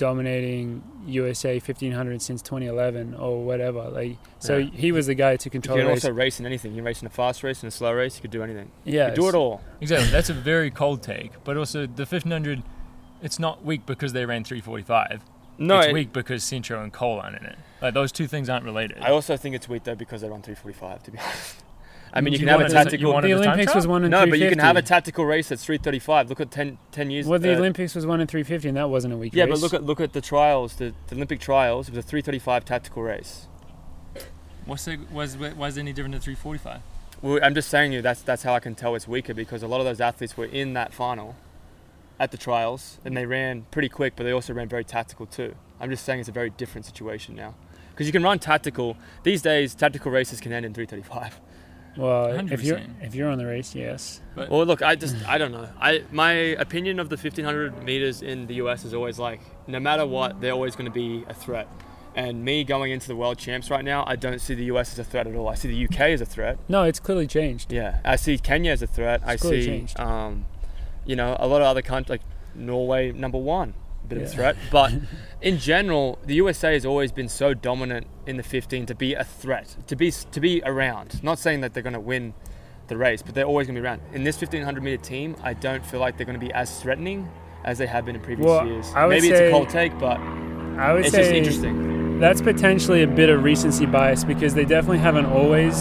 A: dominating USA 1500 since 2011 or whatever. Like so
B: Yeah.
A: he was the guy to
B: You
A: control
B: can
A: the race.
B: also race in anything. You can race in a fast race, in a slow race. You could do anything.
A: yeah,
B: You do it all.
C: Exactly. That's a very cold take, but also the 1500. It's not weak because they ran 345.
B: No,
C: it's
B: it-
C: weak because Centro and Cole aren't in it. Like those two things aren't related.
B: I also think it's weak though because they run 345. To be honest, I mean
C: Do
B: you can
C: you
B: have
C: want
B: a
C: it as a- you
B: tactical.
C: want it
A: The
C: Under time
A: Olympics
C: trial?
A: was one in
B: no, but you can have a
A: 350.
B: tactical race that's 335. Look at 10, 10 years.
A: Well, the
B: uh,
A: Olympics was one in 350, and that wasn't a weak
B: Yeah,
A: race.
B: but look at look at the trials, the, the Olympic trials. It was a 335 tactical race.
C: What's the, was was any different than 345?
B: Well, I'm just saying you that's that's how I can tell it's weaker because a lot of those athletes were in that final at the trials and they ran pretty quick, but they also ran very tactical too. I'm just saying it's a very different situation now because you can run tactical these days. Tactical races can end in 335.
A: Well, if you're
C: 100%.
A: if you're on the race, yes.
B: Well, look, I just I don't know. I my opinion of the 1500 meters in the US is always like no matter what, they're always going to be a threat. And me going into the world champs right now, I don't see the US as a threat at all. I see the UK as a threat.
A: No, it's clearly changed.
B: Yeah, I see Kenya as a threat. I
A: It's clearly
B: see,
A: changed.
B: um, you know, a lot of other countries like Norway, number one, a bit of
A: Yeah.
B: a threat. But in general, the USA has always been so dominant in the 15 to be a threat, to be to be around. Not saying that they're going to win the race, but they're always going to be around. In this 1500 meter team, I don't feel like they're going to be as threatening as they have been in previous
A: Well,
B: years.
A: I would
B: Maybe it's
A: say-
B: a cold take, but
A: I would
B: it's just
A: say
B: interesting.
A: that's potentially a bit of recency bias because they definitely haven't always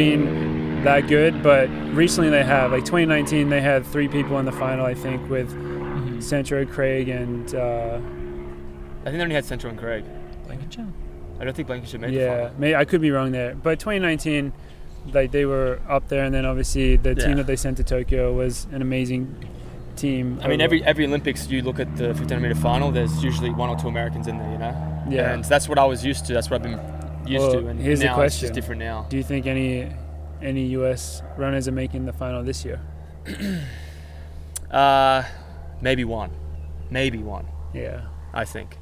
A: been that good, but recently they have. Like 2019, they had three people in the final, I think, with
B: Mm-hmm.
A: Sancho, Craig, and uh,
B: I think they only had Central and Craig.
C: Blankenship.
B: I don't think Blankenship made the
A: yeah,
B: final.
A: may, I could be wrong there, but 2019. Like they were up there, and then obviously the
B: Yeah.
A: team that they sent to Tokyo was an amazing team.
B: I mean,
A: overall.
B: every every Olympics, you look at the 1500 meter final. There's usually one or two Americans in there, you know.
A: Yeah.
B: And that's what I was used to. That's what I've been used
A: Well,
B: to. And
A: here's the
B: now It's
A: question.
B: just different now.
A: Do you think any any U.S. runners are making the final this year?
B: Uh, maybe one, maybe one.
A: Yeah,
B: I think.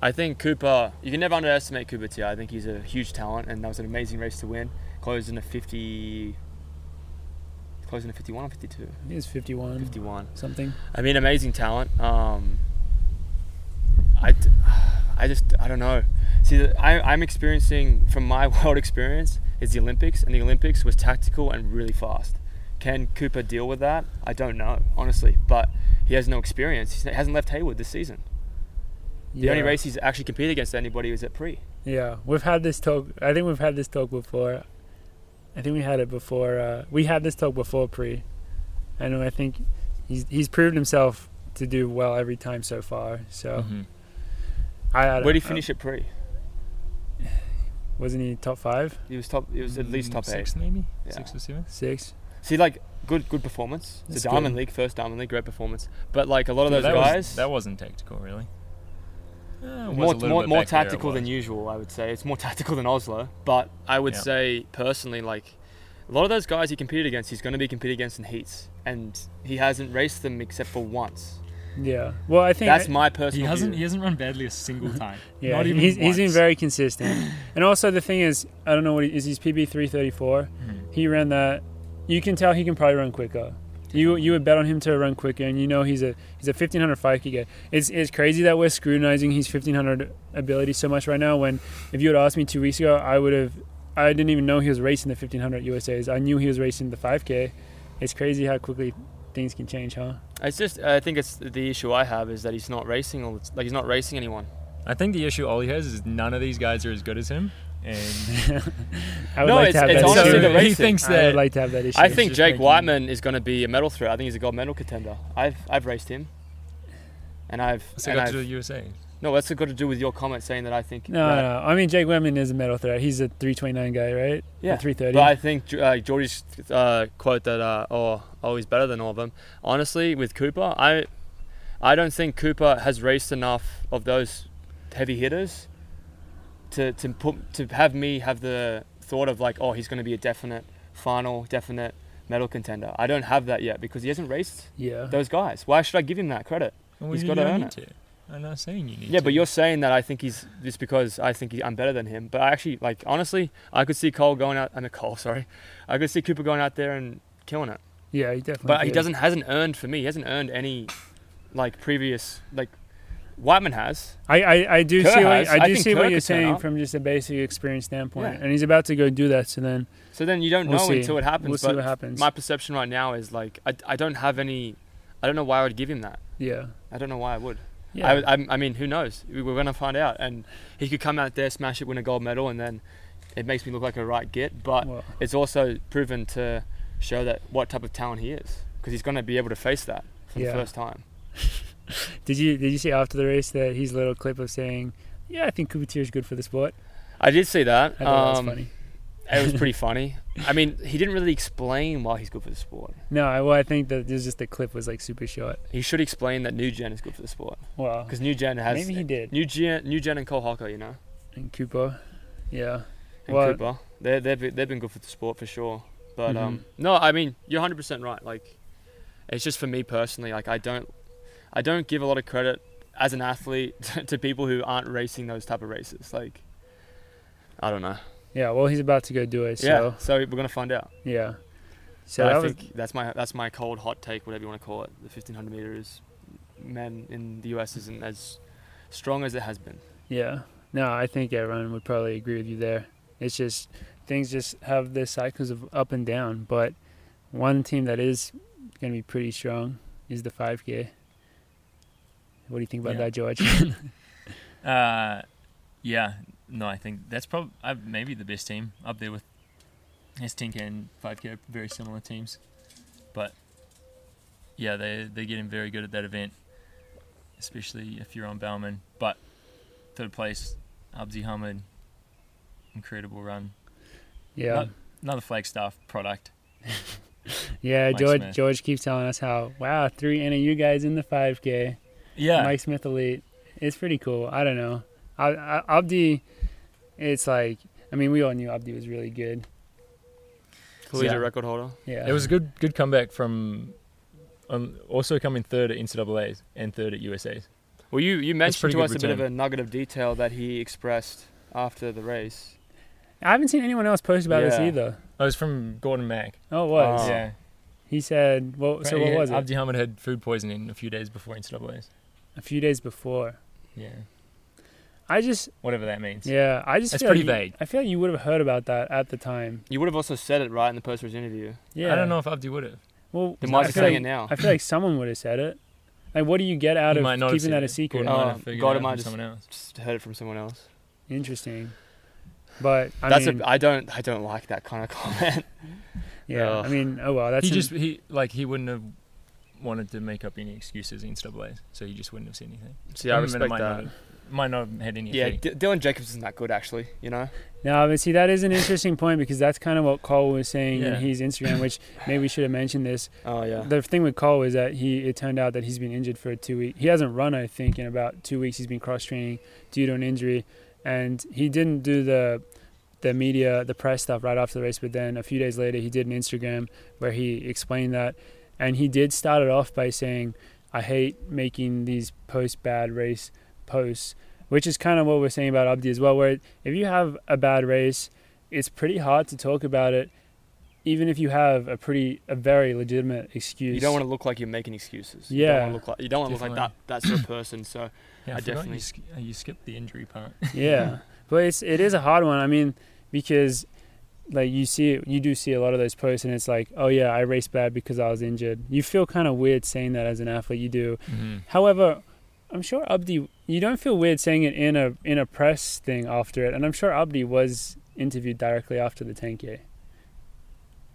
B: I think Cooper. You can never underestimate Cooper T. I think he's a huge talent, and that was an amazing race to win. Closed in a 50. Closed in a 51 or 52.
A: he's 51,
B: 51.
A: something.
B: I mean, amazing talent. Um, I, d- I just, I don't know. See, the- I, I'm experiencing from my world experience is the Olympics, and the Olympics was tactical and really fast. Can Cooper deal with that? I don't know, honestly. But he has no experience. He's- He hasn't left Haywood this season. The only race he's actually competed against anybody was at pre.
A: Yeah, we've had this talk. I think we've had this talk before. I think we had it before. Uh, we had this talk before pre, and I think he's he's proved himself to do well every time so far. So
C: Mm-hmm.
A: I, I
B: Where did Mm-hmm. he
A: don't-
B: finish at pre?
A: Wasn't he top five,
B: He was top. He was at least
A: Mm,
B: top eight.
C: six, maybe
B: Yeah.
C: six or seven.
A: six?
B: See, like good, good performance. It's
A: That's
B: a Diamond
A: good.
B: League, first Diamond League, great performance. But like a lot of those
C: that
B: guys,
C: was, that wasn't tactical, really. Eh,
B: more,
C: it was a little
B: more,
C: bit
B: more
C: back there, it
B: tactical than
C: was.
B: usual, I would say. It's more tactical than Oslo, but I would
C: Yeah.
B: say personally, like a lot of those guys he competed against, he's going to be competing against in heats, and he hasn't raced them except for once.
A: Yeah. Well, I think
B: That's my
C: He
B: personal.
C: hasn't.
B: view.
C: He hasn't run badly a single time.
A: Yeah,
C: Not even
A: he's, he's been
C: once.
A: very consistent. and also the thing is, I don't know what he, is his PB three thirty four.
B: Hmm.
A: He ran that. You can tell he can probably run quicker. You you would bet on him to run quicker, and you know he's a he's a fifteen hundred five guy. It's it's crazy that we're scrutinizing his fifteen hundred ability so much right now. When if you had asked me two weeks ago, I would have I didn't even know he was racing the fifteen hundred USA's. I knew he was racing the five k. It's crazy how quickly things can change, huh?
B: It's just I think it's the issue I have is that he's not racing all the t- like he's not racing anyone.
C: I think the issue Ollie has is none of these guys are as good as him, and
A: I would
B: No,
A: like to
B: it's-
A: have
B: it's
A: that
B: honestly
A: issue.
B: the
C: so he
B: racing.
C: thinks
A: I
C: that.
A: would like to have that issue.
B: I think
C: just
B: Jake
C: making-
B: Whiteman is going to be a medal threat. I think he's a gold medal contender. I've I've raced him, and I've,
C: What's it
B: and
C: got
B: I've
C: to do with USA?
B: no. That's got to do with your comment saying that I think.
A: No,
B: that-
A: no. I mean, Jake Wemman is a metal threat. He's a 329 guy, right?
B: Yeah,
A: Or 330.
B: But I think Ge- uh, Geordie's uh, quote that uh, oh oh he's better than all of them. Honestly, with Cooper, I I don't think Cooper has raced enough of those heavy hitters to to put to have me have the thought of like oh he's going to be a definite final definite medal contender. I don't have that yet because he hasn't raced
A: yeah.
B: those guys. Why should I give him that credit?
C: Well,
B: He's
C: you
B: gotta
C: don't
B: earn
C: need To. I'm not saying you need.
B: Yeah,
C: to.
B: but you're saying that I think he's just because I think he, I'm better than him. But I actually like honestly, I could see Cole going out. I'm a Cole, sorry. I could see Cooper going out there and killing it.
A: Yeah, he definitely.
B: But he
A: did.
B: doesn't hasn't earned for me. He hasn't earned any like previous like Whiteman has.
A: I, I, I do
B: Kerr
A: see what,
B: has.
A: I
B: I
A: do
B: think
A: see
B: Kerr
A: what you're
B: could turn
A: saying
B: up.
A: from just a basic experience standpoint,
B: Yeah.
A: and he's about to go do that. So then
B: So then you don't
A: We'll
B: know
A: see.
B: until it happens.
A: we'll see
B: but
A: what happens.
B: my perception right now is like I, I don't have any. I don't know why I would give him that.
A: yeah.
B: I don't know why I would.
A: Yeah.
B: I, I, I mean, who knows? We- We're going to find out. And he could come out there, smash it, win a gold medal, and then it makes me look like a right git. But
A: well,
B: it's also proven to show that what type of talent he is because he's going to be able to face that for
A: Yeah.
B: the first time.
A: did you did you see after the race that his little clip of saying, "Yeah, I think Couture is good for the sport."
B: I did see that.
A: I thought
B: Um,
A: that was funny.
B: It was pretty funny. I mean, he didn't really explain why he's good for the sport.
A: No, I, well, I think that there's just the clip was like super short.
B: He should explain that New Gen is good for the sport
A: Wow.
B: because New Gen has
A: Maybe he did.
B: New Gen, New Gen and Cole Hawker, you know,
A: And Cooper. Yeah.
B: and
A: Well-
B: Cooper. They they've been- they've been good for the sport for sure. But
A: Mhm.
B: um, no, I mean you're 100 percent right. Like, it's just for me personally. Like I don't I don't give a lot of credit as an athlete to people who aren't racing those type of races. Like, I don't know.
A: Yeah. Well, he's about to go do it.
B: yeah.
A: So
B: So we're gonna find out.
A: yeah. So
B: But
A: that
B: I
A: was
B: think that's my that's my cold hot take, whatever you want to call it. The 1500 meters, men in the US isn't as strong as it has been.
A: Yeah. No, I think everyone would probably agree with you there. It's just things just have their cycles of up and down, but one team that is going to be pretty strong is the 5K. What do you think about
C: Yeah.
A: that, George?
C: Uh, yeah. No, I think that's probably uh, maybe the best team up there with S10K and 5K, very similar teams. But yeah, they they're getting very good at that event, especially if you're on Bauman. But third place, Abzi Hamid, incredible run.
A: yeah.
C: Not- Another Flagstaff product.
A: yeah,
C: Mike
A: George
C: Smith.
A: George keeps telling us how, wow, three NAU guys in the 5K.
C: Yeah,
A: Mike Smith Elite. It's pretty cool. I don't know. I, I, Abdi, it's like, I mean, we all knew Abdi was really good.
B: Collegiate
C: Yeah.
B: record holder.
A: Yeah.
C: it was a good good comeback from. Um, also coming third at NCAA's and third at USA's.
B: Well, you you mentioned
C: pretty
B: to
C: good
B: us a bit of a
C: return.
B: nugget of detail that he expressed after the race.
A: I haven't seen anyone else post about this
B: Yeah.
A: either.
C: I was from Gordon Mack.
A: Oh, it was.
B: Oh.
C: Yeah.
A: He said, "Well, so what was it?
C: Abdi Hamid had food poisoning a few days before NCAA's.
A: A few days before."
C: Yeah.
A: I just,
C: Whatever that means.
A: yeah, I just.
C: That's
A: feel
C: pretty
A: like
C: vague.
A: You, I feel like you would have heard about that at the time.
B: You would have also said it right in the post race interview.
A: Yeah,
C: I don't know if Abdi would have.
A: Well,
B: He
A: I
B: might be
A: feel
B: saying
A: like-
B: it now.
A: I feel like someone would have said it. Like, what do you get out
C: He
A: of
C: might not have
A: keeping
C: said
A: that a
C: it.
A: secret?
C: Gordon might
B: Oh,
C: have figured
B: Gordon
C: it out
B: might
C: from
B: just-
C: someone else.
B: Just heard it from someone else.
A: Oh, Interesting. But I
B: that's
A: mean,
B: a, I don't I don't like that kind of comment.
A: yeah,
B: Ugh.
A: I mean, oh well, that's
C: he
A: an-
C: just he like he wouldn't have wanted to make up any excuses in NCAA's, so he just wouldn't have said anything.
B: See, I
C: Even though it
B: respect
C: might Not
B: that.
C: have, might not have had any.
B: Yeah,
C: effect.
B: D- Dylan Jacobs isn't that good actually. You know,
A: No, but see, that is an interesting point because that's kind of what Cole was saying
C: Yeah.
A: in his Instagram, which maybe we should have mentioned this.
B: Oh yeah.
A: The thing with Cole is that he it turned out that he's been injured for two weeks. He hasn't run, I think, in about two weeks. He's been cross training due to an injury, and he didn't do the the media, the press stuff right after the race. But then a few days later, he did an Instagram where he explained that, and he did start it off by saying, "I hate making these post bad race posts," which is kind of what we're saying about Abdi as well. Where if you have a bad race, it's pretty hard to talk about it, even if you have a pretty a very legitimate excuse.
B: You don't want to look like you're making excuses.
A: Yeah.
B: You don't want to look like, you don't want to look like that, that sort of person. So
C: Yeah, I,
B: I
C: forgot
B: definitely-
C: You, sk- uh, you skipped the injury part.
A: yeah but it's it is a hard one i mean because like you see you do see a lot of those posts and it's like oh yeah i raced bad because i was injured you feel kind of weird saying that as an athlete you do
C: Mm-hmm.
A: however i'm sure abdi you don't feel weird saying it in a in a press thing after it and i'm sure abdi was interviewed directly after the 10k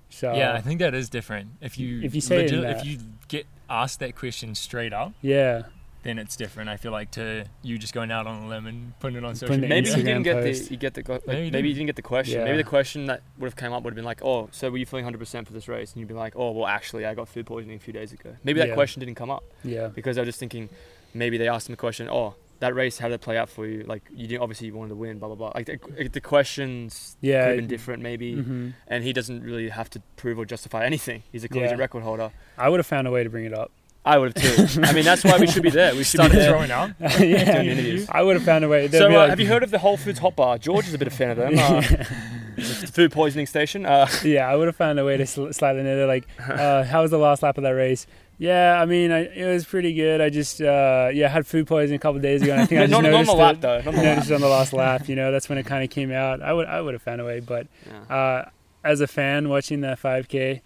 A: so
C: yeah, I think that is different. If you
A: Uh, If you say it in
C: legit- if
A: that-
C: you get asked that question straight up,
A: yeah
C: then it's different. I feel like to you just going out on a limb and putting it on social
A: Putting it
B: maybe
C: media.
B: you
A: Instagram
B: didn't get
A: post.
B: the you get the go- like,
C: No, you
B: maybe,
C: didn't.
B: you didn't get the question.
A: Yeah.
B: Maybe the question that would have came up would have been like, oh, so were you feeling 100 percent for this race? And you'd be like, oh, well, actually, I got food poisoning a few days ago. Maybe that
A: Yeah.
B: question didn't come up
A: yeah
B: because I was just thinking, maybe they asked him the question, oh, that race, how did it play out for you? Like you didn't obviously you wanted to win, blah blah blah. Like the, the questions could
A: yeah
B: have been different, maybe.
A: mhm.
B: And he doesn't really have to prove or justify anything. He's a collegiate
A: Yeah.
B: record holder.
A: i would have found a way to bring it up
B: I would have too. I mean, that's why we should be there. We should be
C: Started
B: there.
C: throwing up.
A: yeah,
B: Doing interviews.
A: i would have found a way They'd
B: So,
A: be
B: uh,
A: like-
B: have you heard of the Whole Foods Hot Bar? George is a bit of a fan of them. Uh, it's a food poisoning station. Uh,
A: yeah, I would have found a way to sl- slide in there. Like, uh, how was the last lap of that race? Yeah, I mean, I, it was pretty good. I just, uh, yeah, I had food poisoning a couple days ago. And I think I
B: not,
A: just
B: not on
A: noticed
B: the lap,
A: it.
B: though. Not on the lap.
A: Noticed it on the last lap. You know, that's when it kind of came out. I would, I would have found a way. But
B: Yeah.
A: uh, as a fan watching that 5K,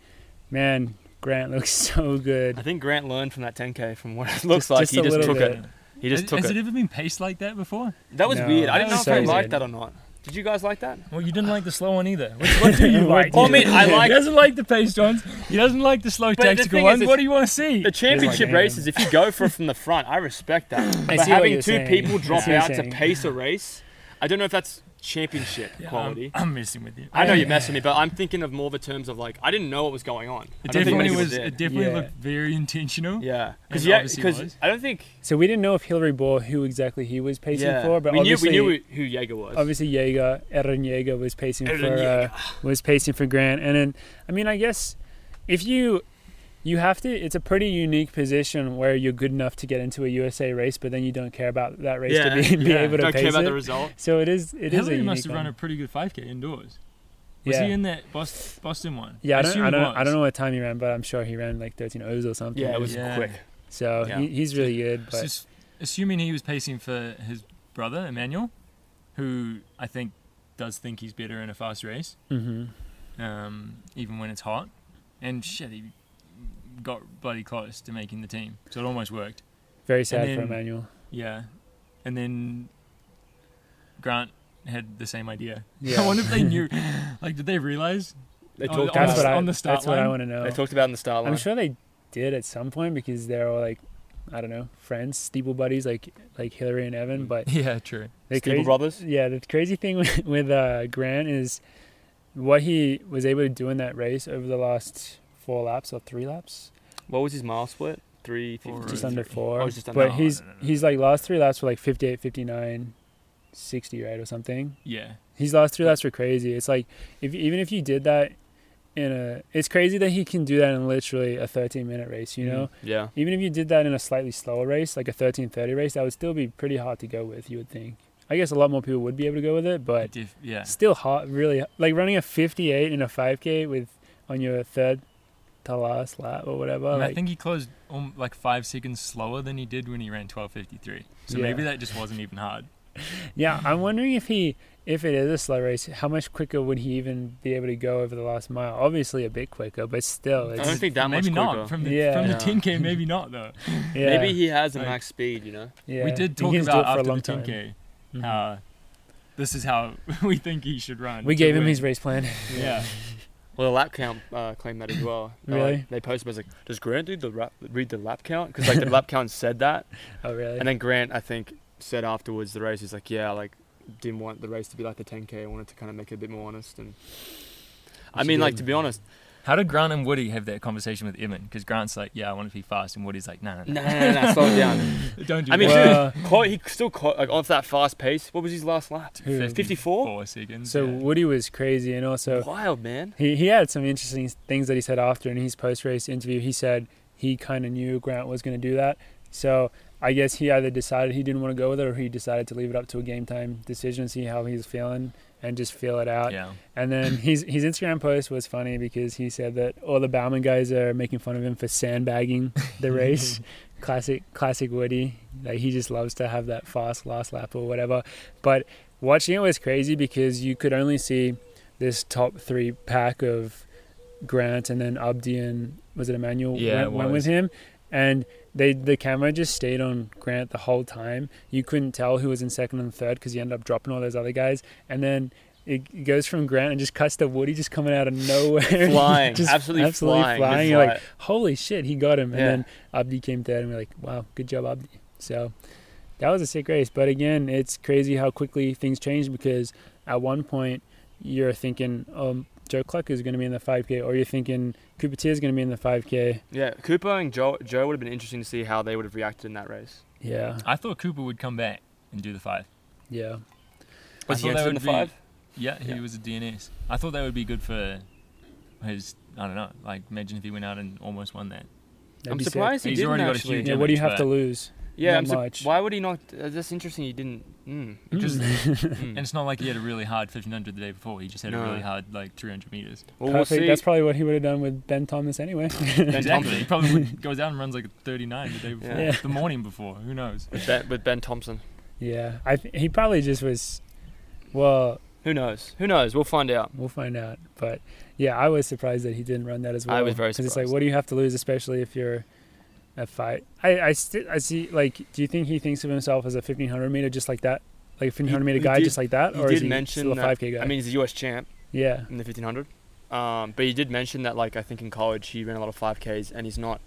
A: man, Grant looks so
B: I
A: good.
B: think Grant learned from that 10K from what it looks
A: Just-
B: like.
A: just
B: he
A: a
B: just
A: little
B: took
A: bit.
B: it. He just
C: has,
B: took
C: has
B: it.
C: it ever been paced like that before?
B: That was
A: No,
B: weird.
A: that
B: I didn't know
A: was
B: if I
A: so
B: liked
A: weird.
B: that or not. Did you guys like that?
C: Well, you didn't like the slow one either. Which one do you
A: What
C: like?
A: do you
B: Oh, mate, I like-
C: He doesn't like the paced ones. He doesn't like the slow
B: the
C: tactical
B: thing
C: ones.
B: is,
C: What do you want to see?
B: The championship
A: him.
B: races, if you go for it from the front, I respect that.
A: I
B: but
A: see what
B: having
A: you're
B: two
A: saying. I
B: people
A: see
B: drop
A: what you're
B: out to
A: saying. um,
B: pace a race, I don't know if that's championship
C: Yeah, I'm-
B: quality.
C: I'm, messing with you.
B: I know you're messing with me, but I'm thinking of more the terms of like I didn't know what was going on. I
C: It
B: don't think
C: definitely
B: many
C: was.
B: people did.
C: It definitely
A: Yeah.
C: looked very intentional.
B: Yeah, because
C: And
B: yeah,
C: obviously
B: because
C: was.
B: I don't think
A: So we didn't know if Hillary Bohr, who exactly he was pacing
B: yeah.
A: for, but
B: we knew
A: obviously,
B: we knew who Jaeger was.
A: obviously Jaeger, Eren Jaeger was pacing
B: Eren
A: for uh,
B: Jaeger.
A: was pacing for Grant, and then I mean I guess if you you have to, it's a pretty unique position where you're good enough to get into a USA race, but then you don't care about that race to be, be
B: yeah.
A: able to
B: don't care
A: pace
B: about the
A: it.
B: result.
A: So it is it is a
C: Hillary
A: unique
C: must have run
A: one.
C: a pretty good 5K indoors. Was
A: yeah.
C: he in that Boston, Boston one?
A: yeah, I don't,
C: assume
A: I
C: he
A: don't,
C: was.
A: I don't know what time he ran, but I'm sure he ran like 13 O's or something.
B: Yeah, it was
C: Yeah.
B: quick.
A: So
B: Yeah.
A: He, he's really good, but
C: Sus- assuming he was pacing for his brother Emmanuel, who I think does think he's better in a fast race,
A: Mhm.
C: um, even when it's hot. And shit, he got bloody close to making the team, so it almost worked.
A: very sad for
C: then-
A: Emmanuel.
C: Yeah, and then Grant had the same idea.
A: Yeah.
C: I wonder if they knew. Like, did they realize?
B: They
C: Oh,
B: talked
C: on
A: That's
B: about
C: the-
A: what I
C: on the start
A: that's what I
C: line?
A: want to know.
B: oh. they talked about it in the start line.
A: I'm sure they did at some point because they're all like, I don't know, friends, steeple buddies, like like Hillary and Evan. But
C: Yeah, true.
A: the
B: Steeple
A: crazy,
B: Brothers.
A: yeah, the crazy thing with, with uh, Grant is what he was able to do in that race over the last four laps or three laps,
B: What was his mile split? Three
C: Four.
B: fifty.
A: just
C: Right.
A: under four.
B: Oh, it's just under-
A: but
C: no,
A: he's
C: no, no, no.
A: he's like last three laps were like 58, 59, 60, right or something.
C: Yeah,
A: His last three laps were crazy. It's like if even if you did that in a, it's crazy that he can do that in literally a 13 minute race. You know.
B: Yeah.
A: Even if you did that in a slightly slower race, like a 13:30 race, that would still be pretty hard to go with. You would think. I guess a lot more people would be able to go with it, but
C: def- yeah.
A: still hot. Really, like running a 58 in a 5K with on your third to last lap or whatever.
C: And I
A: Like,
C: think he closed um, like five seconds slower than he did when he ran 12:53. So
A: Yeah.
C: maybe that just wasn't even hard.
A: yeah, I'm wondering if he, if it is a slow race, how much quicker would he even be able to go over the last mile? Obviously, a bit quicker, but still,
B: I don't
A: it's,
B: think that
C: maybe
B: much
C: not
B: quicker.
C: from the
A: Yeah.
C: from
B: Yeah.
C: the 10k. Maybe not though.
A: yeah,
B: Maybe he has a
C: Like-
B: max speed. You know.
A: yeah.
C: We did
A: He
C: talk
A: can do it
C: about
A: for a
C: after the
A: long time.
C: 10k
A: Mhm.
C: how Uh, this is how we think he should run.
A: We
C: to
A: gave him
C: win.
A: his race plan.
C: yeah.
B: Well, the lap count uh, claimed that as well. They, like,
A: Really?
B: they posted was like, does Grant do the rap, read the lap count? Because like the lap count said that,
A: Oh really?
B: and then Grant I think said afterwards the race he's like, yeah, like didn't want the race to be like the 10k. I wanted to kind of make it a bit more honest. And I
A: Which he
B: mean, like
A: did.
B: to be honest,
C: How did Grant and Woody have that conversation with Evan? Because Grant's like, "Yeah, I want to be fast," and Woody's like, "No, no,
B: No,
C: no,
B: no, no, no slow it down.
C: don't do
B: I mean,
C: that."
A: Well-
B: dude, caught, he still caught like off that fast pace. What was his last lap?
A: Who?
B: 54?
C: Four seconds.
A: So
C: yeah.
A: Woody was crazy, and also
B: Wild man.
A: he, he had some interesting things that he said after in his post race interview. He said he kind of knew Grant was going to do that, so I guess he either decided he didn't want to go with it, or he decided to leave it up to a game time decision, see how he's feeling, and just feel it out.
C: yeah,
A: And then his his Instagram post was funny because he said that all the Bauman guys are making fun of him for sandbagging the race. classic classic Woody. Like he just loves to have that fast last lap or whatever. But watching it was crazy because you could only see this top three pack of Grant and then Abdi and was it Emmanuel
C: Yeah,
A: went,
C: it
A: went with
C: was.
A: him. And they the camera just stayed on Grant the whole time. You couldn't tell who was in second and third because he ended up dropping all those other guys. And then it it goes from Grant and just cuts to Woody just coming out of nowhere,
B: Flying.
A: Just
B: absolutely,
A: absolutely
B: flying. uh,
A: flying.
B: It's
A: You're like, holy shit, he got him. And
B: Yeah.
A: then Abdi came third, and we're like, wow, good job, Abdi. So that was a sick race. But again, it's crazy how quickly things change because at one point you're thinking, um, Joe Cluck is going to be in the 5K, or you're thinking Cupertier is going to be in the 5K.
B: yeah, Cooper and Joe, Joe would have been interesting to see how they would have reacted in that race.
A: Yeah,
C: I thought Cooper would come back and do the five.
A: yeah.
C: I
B: Was he
C: thought
B: entered
C: that
B: in
C: would
B: the
C: be-
B: five?
C: Yeah, he
B: Yeah.
C: was a DNS. I thought that would be good for his. I don't know. Like, imagine if he went out and almost won that.
A: That'd
B: I'm
A: be sick.
B: surprised he
C: He's
B: didn't
C: already got a
B: actually.
C: huge
A: Yeah, what do you have
C: but-
A: to lose?
B: yeah,
A: not
B: I'm sur-
A: much.
B: why would he not? Uh, that's interesting. He didn't. Mm,
C: It just-
B: mm.
C: and it's not like he had a really hard 1500 the day before. He just had
B: No.
C: a really hard like 300 meters.
B: well, we'll
A: Perfect.
B: see.
A: That's probably what he would have done with Ben Thomas anyway.
B: ben
C: exactly. He
B: Thompson.
C: probably would, goes out and runs like a 39 the day before,
B: Yeah.
C: the morning before. Who knows?
B: With ben, with ben Thompson.
A: yeah, I th- he probably just was. Well,
B: Who knows? Who knows? We'll find out.
A: We'll find out. But yeah, I was surprised that he didn't run that as well.
B: I was very
A: it's like,
B: surprised.
A: what do you have to lose, especially if you're a fight? I I, st- I see. Like, do you think he thinks of himself as a 1500 meter just like that, like a 1500 meter
B: he
A: guy
B: did-
A: just like that,
B: He
A: or is
B: did
A: he
B: mention
A: still a
B: that-
A: 5k guy?
B: I mean, he's a U.S. champ
A: yeah,
B: in the 1500. Um, but he did mention that, like, I think in college he ran a lot of 5Ks, and he's not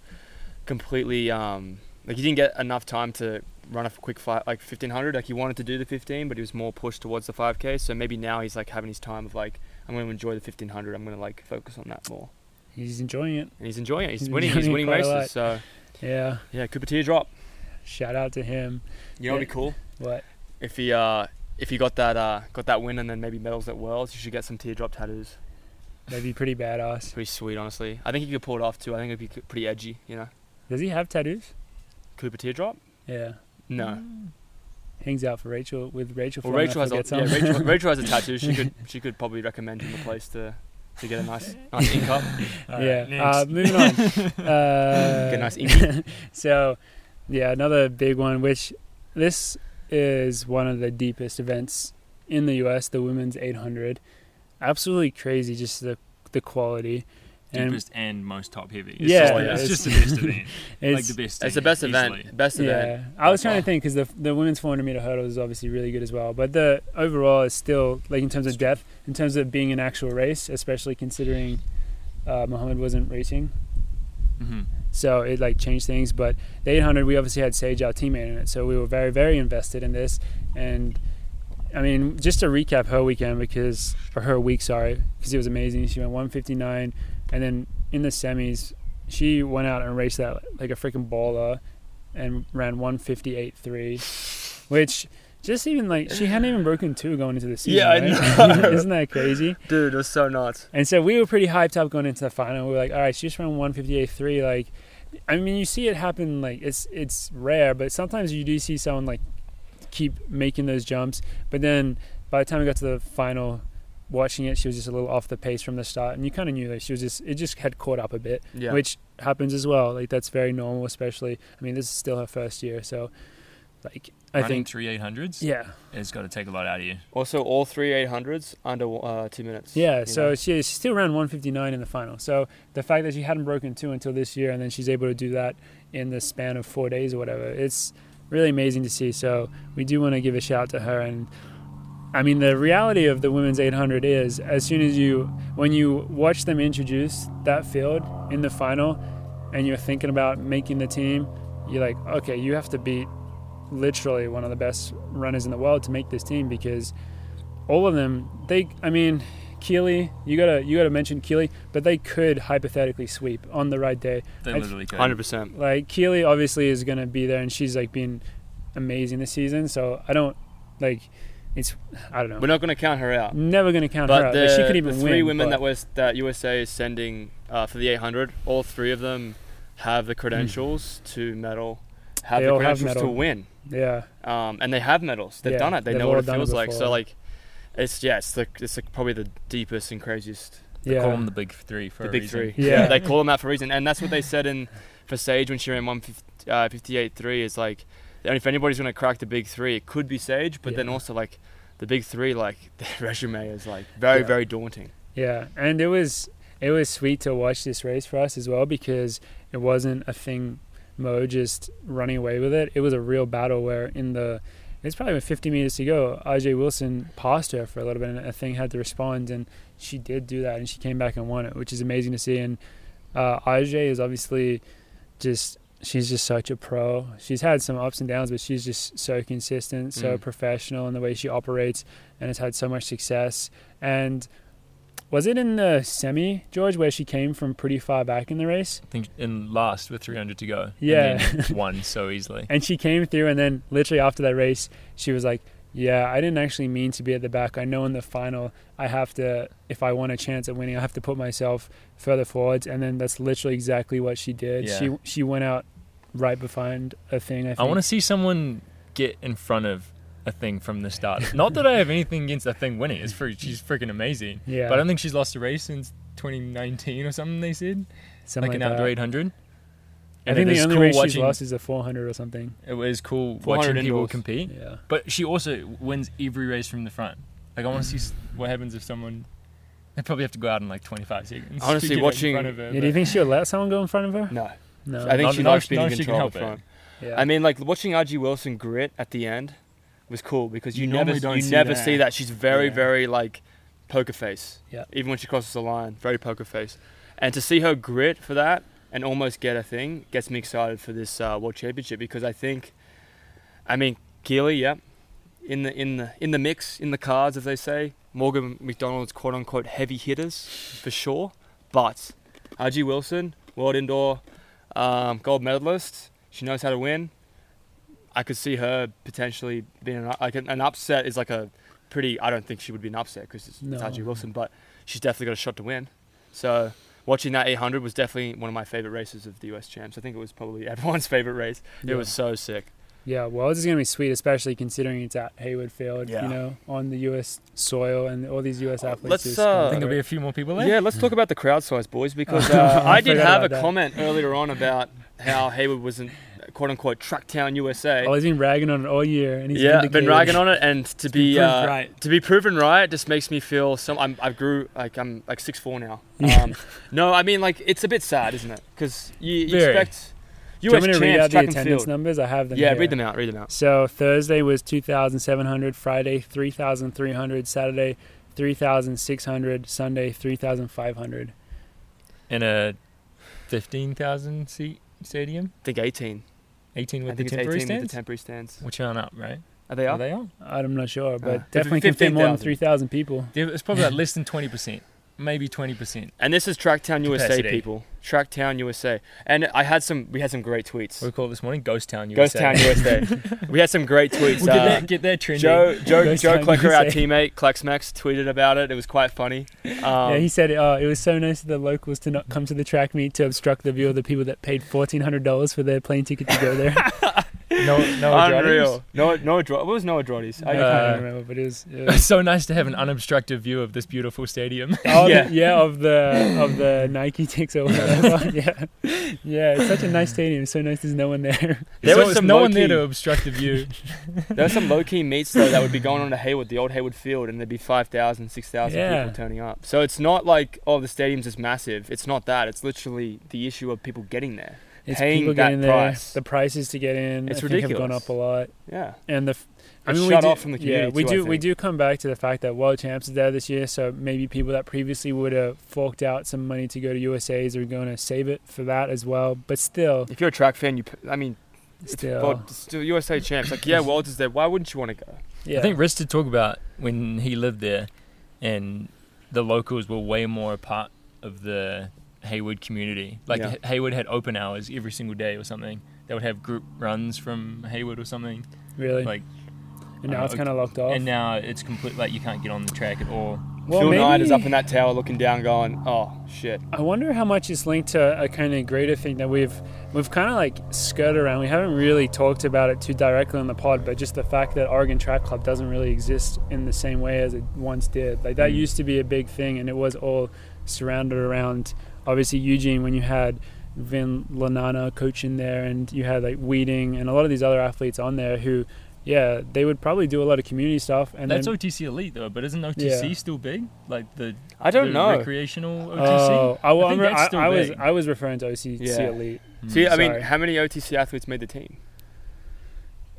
B: completely um, like he didn't get enough time to run a quick fi like 1500. Like he wanted to do the 15, but he was more pushed towards the 5K. So maybe now he's like having his time of like, I'm going to enjoy the 1500. I'm going to like focus on that more,
A: he's enjoying it.
B: and he's enjoying it. He's,
A: He's
B: winning. He's
A: enjoying it
B: winning
A: quite a
B: races. So
A: Yeah,
B: yeah, Cupertino drop.
A: shout out to him.
B: You know,
A: Yeah.
B: it'd be cool
A: What?
B: if he uh, if he got that uh, got that win and then maybe medals at Worlds. You should get some teardrop tattoos.
A: That'd be pretty badass.
B: Pretty sweet, honestly. I think he could pull it off too. I think it'd be c- pretty edgy, you know.
A: Does he have tattoos?
B: Cooper teardrop?
A: Yeah,
B: No.
A: Mm. hangs out for Rachel with Rachel.
B: Well,
A: Foreman, I
B: Rachel has a
A: forget
B: yeah,
A: some.
B: Rachel, Rachel has a tattoo. She could she could probably recommend him a place to to get a nice nice ink up.
C: All right,
A: yeah.
C: next.
A: Uh, moving on. uh,
B: Get a nice ink.
A: so yeah another big one which this is one of the deepest events in the us the women's 800 absolutely crazy just the the quality and
C: Deepest and most top heavy. It's
A: Yeah,
C: just, the-
B: yeah,
C: it's,
A: it's-
C: just the best event.
A: it's,
C: like the best.
B: It's the
C: event,
B: best
C: easily.
B: event. Best event.
A: yeah i was
B: by
A: trying to
B: far.
A: think because the, the women's 400 meter hurdles is obviously really good as well but the overall is still like in terms of depth in terms of being an actual race especially considering uh, muhammad wasn't racing
C: Mhm.
A: so it like changed things. But the 800, we obviously had Sage, our teammate, in it, so we were very, very invested in this. And I mean, just to recap her weekend because or her week, sorry, because it was amazing. She went 159, and then in the semis, she went out and raced that like a freaking baller, and ran 158.3, which just even like she hadn't even broken two going into the season.
B: Yeah, I
A: right?
B: know.
A: isn't that crazy?
B: Dude, it was so nuts.
A: And so we were pretty hyped up going into the final. We were like, all right, she just ran 158.3. Like, I mean, you see it happen. Like, it's it's rare, but sometimes you do see someone like keep making those jumps. But then by the time we got to the final, watching it, she was just a little off the pace from the start, and you kind of knew that she was just it just had caught up a bit,
B: Yeah.
A: which happens as well. Like that's very normal, especially. I mean, this is still her first year, so like I
C: Running
A: think
C: three 800s.
A: yeah,
C: It's got to take a lot out of you.
B: also, all three 800s under uh, two minutes.
A: Yeah,
B: you
A: so
B: know.
A: she, she still ran 159 in the final. So the fact that she hadn't broken two until this year, and then she's able to do that in the span of four days or whatever, it's really amazing to see. So we do want to give a shout to her. And I mean, the reality of the women's 800 is as soon as you, when you watch them introduce that field in the final, and you're thinking about making the team, you're like, okay, you have to beat literally one of the best runners in the world to make this team because all of them, they, I mean, Keeley, you gotta you gotta mention Keeley, but they could hypothetically sweep on the right day.
C: They
A: I-
C: literally could.
B: Hundred percent.
A: Like Keeley obviously is gonna be there, and she's like been amazing this season. So I don't like it's I don't know.
B: We're not going to count her out.
A: Never gonna count her
B: But
A: out.
B: the,
A: Like, she could
B: the
A: even
B: three
A: win.
B: women
A: but-
B: that was that USA is sending uh, for the 800, all three of them have the credentials to medal, have
A: Mm. They
B: the
A: all have
B: credentials to
A: medal.
B: win,
A: yeah.
B: um, and they have medals. They've
A: Yeah,
B: done it. They
A: they've
B: know what
A: all
B: it
A: done it
B: feels like. So
A: before.
B: like, it's yeah, it's the it's like probably the deepest and craziest
C: They
A: yeah.
C: call them the big three for
B: the
C: a
B: big three.
C: reason.
A: Yeah.
B: they call them that for a reason, and that's what they said in for Sage when she ran one fifty eight three is like, and if anybody's gonna crack the big three, it could be Sage, but then
A: Yeah.
B: also like the big three, like their resume is like very
A: Yeah.
B: very daunting.
A: Yeah, and it was it was sweet to watch this race for us as well because it wasn't a thing Mo just running away with it. It was a real battle where in the it's probably with 50 meters to go, RJ Wilson passed her for a little bit, and a thing had to respond, and she did do that, and she came back and won it, which is amazing to see. And uh, RJ is obviously just she's just such a pro. She's had some ups and downs, but she's just so consistent, so
B: Mm.
A: professional in the way she operates, and has had so much success. And was it in the semi, George, where she came from pretty far back in the race?
C: I think in last with 300 to go.
A: Yeah.
C: And then won so easily.
A: And she came through, and then literally after that race, she was like, "Yeah, I didn't actually mean to be at the back. I know in the final, I have to, if I want a chance at winning, I have to put myself further forwards." And then that's literally exactly what she did.
C: Yeah.
A: She she went out right behind a thing. I, think.
C: I want to see someone get in front of a thing from the start. Not that I have anything against a thing winning. It's free, she's freaking amazing.
A: yeah,
C: But I don't think she's lost a race since 2019 or something. They said
A: something
C: like an
A: like that.
C: outdoor 800.
A: I
C: And
A: think
C: it
A: the
C: is
A: only
C: cool
A: race she's
C: watching-
A: lost is the 400 or something.
C: It was cool
B: 400
C: watching people
B: indoors.
C: compete.
A: Yeah,
C: But she also wins every race from the front. Like I want to see s- what happens if someone. They probably have to go out in like 25 seconds. to
B: Honestly,
C: get out in
B: watching-
C: front of her,
A: yeah. Do you
C: but-
A: think she'll let someone go in front of her?
B: No,
A: No,
B: I think
C: Not-
B: she
C: not
B: likes
C: if-
B: being
C: not
B: in
C: if she can
B: control. up
C: help it.
B: front.
A: yeah.
B: I mean, like watching RG Wilson grit at the end was cool because you,
C: You
B: never
C: normally don't
B: you
C: see
B: never
C: that.
B: see that. She's very
C: Yeah.
B: very like poker face.
A: Yeah.
B: Even when she crosses the line, very poker face. And to see her grit for that and almost get a thing gets me excited for this uh, world championship because I think, I mean, Keely, yeah, in the in the in the mix in the cards as they say. Morgan McDonald's quote unquote heavy hitters for sure, but RG Wilson, world indoor um, gold medalist. She knows how to win. I could see her potentially being an, like an, an upset is like a pretty. I don't think she would be an upset because it's
A: No.
B: Taji Wilson, but she's definitely got a shot to win. So watching that 800 was definitely one of my favorite races of the U.S. champs. I think it was probably everyone's favorite race.
A: Yeah.
B: It was so sick.
A: Yeah, well, this is going to be sweet, especially considering it's at Hayward Field,
B: Yeah.
A: you know, on the U.S. soil and all these U.S.
B: Oh,
A: athletes.
B: let's,
A: just
B: uh,
C: I
A: come
C: think there'll
A: through.
C: be a few more people there.
B: Yeah, let's talk about the crowd size, boys, because
A: Oh,
B: uh, I
A: I
B: did
A: forgot
B: have a
A: about that.
B: comment earlier on about how Hayward wasn't quote unquote track town USA.
A: Oh, he's been ragging on it all year, and he's
B: yeah, been ragging
A: vindicated.
B: on it, and to be
A: proved
B: uh,
A: right.
B: to be proven right just makes me feel some. I'm, I grew like I'm like six four now. Um, no, I mean like it's a bit sad, isn't it? Because you, you
C: Very.
B: expect
A: Do you want
B: U.S.
A: me to
B: champs
A: read out the
B: track and
A: attendance
B: field.
A: numbers? I have them.
B: Yeah,
A: here.
B: read them out. Read them out.
A: So Thursday was 2,700, Friday 3,300, Saturday 3,600, Sunday 3,500.
C: In a 15,000 seat stadium.
B: I think 18.
C: 18
B: I
C: with the
B: think it's 18
C: temporary
B: with
C: stands.
B: the temporary stands.
C: Which aren't up, right?
B: Are they
C: Are
B: up?
C: they on?
A: I'm not sure, but
B: Ah.
A: definitely can fit more than
B: 15,000.
A: 3,000 people.
C: Yeah, It's probably like less than 20%, maybe 20%.
B: And this is Tracktown USA
C: Capacity.
B: people. Tracktown USA. And I had some. We had some great tweets.
C: What we call it this morning Ghost Town
B: Ghost
C: USA.
B: Town USA. we had some great tweets.
C: We'll get
B: uh,
C: that, get that trending.
B: Joe Joe
A: Ghost
B: Joe
A: Town
B: Clicker, our
A: USA.
B: teammate, Clexmax, tweeted about it. It was quite funny. Um,
A: yeah, he said uh, it was so nice of the locals to not come to the track meet to obstruct the view of the people that paid $1,400 for their plane ticket to go there.
C: No, no
B: unreal. Noah, Noah, Dro- what was Noah Drody's?
A: I
B: I
C: Uh,
A: can't remember, but it was. It
C: It's
A: was
C: so nice to have an unobstructed view of this beautiful stadium.
A: oh,
B: Yeah.
A: yeah, yeah, of the of the Nike ticks or whatever. yeah, yeah, it's such a nice stadium. So nice, there's no one there.
B: There
C: so
B: was
C: it's
B: some
C: no one there
B: low-key-
C: to obstruct the view.
B: There were some low key meets though that would be going on to Hayward, the old Hayward Field, and there'd be 5,000, 6,000
A: Yeah.
B: people turning up. So it's not like oh the stadium's just massive. It's not that. It's literally the issue of people getting there.
A: It's
B: Paying
A: people
B: that
A: getting there.
B: price.
A: The prices to get in,
B: It's
A: I think, have gone
B: ridiculous.
A: up a lot.
B: Yeah,
A: And the, f- I
B: It's
A: mean, we
B: shut
A: do-
B: off from the community
A: Yeah, we
B: too, I
A: do. We
B: think.
A: do come back to the fact that World Champs is there this year, so maybe people that previously would have forked out some money to go to USA's are going to save it for that as well. But still,
B: if you're a track fan, you p- I mean, it's
A: Still.
B: well, it's still USA champs. Like yeah, Worlds is there. Why wouldn't you want to go?
A: yeah,
C: I think Riz did talk about when he lived there and the locals were way more a part of the Hayward community. Like
B: Yeah.
C: H- Hayward had open hours every single day or something. They would have group runs from Hayward or something.
A: really. Oh.
C: Like
A: and now
C: uh,
A: it's kind of locked off.
C: and now it's complete. Like you can't get on the track at all.
A: well,
B: Phil Knight is
A: maybe-
B: up in that tower looking down, going, "Oh shit."
A: I wonder how much it's linked to a kind of greater thing that we've we've kind of like skirted around. We haven't really talked about it too directly on the pod, but just the fact that Oregon Track Club doesn't really exist in the same way as it once did. Like that
C: Mm.
A: used to be a big thing, and it was all surrounded around obviously Eugene when you had Vin Lanana coaching there, and you had like Weeding and a lot of these other athletes on there who, yeah, they would probably do a lot of community stuff. And
C: That's
A: then,
C: OTC elite though, but isn't OTC
A: Yeah.
C: still big? Like the
B: I don't
C: the
B: know.
C: recreational OTC.
A: Oh, I, well,
C: I
A: I'm
C: think
A: re-
C: that's
A: I-
C: still
A: I was
C: big.
A: I was referring to OCC
B: Yeah.
A: Elite.
C: Hmm.
B: See, I mean,
A: Sorry.
B: how many OTC athletes made the team?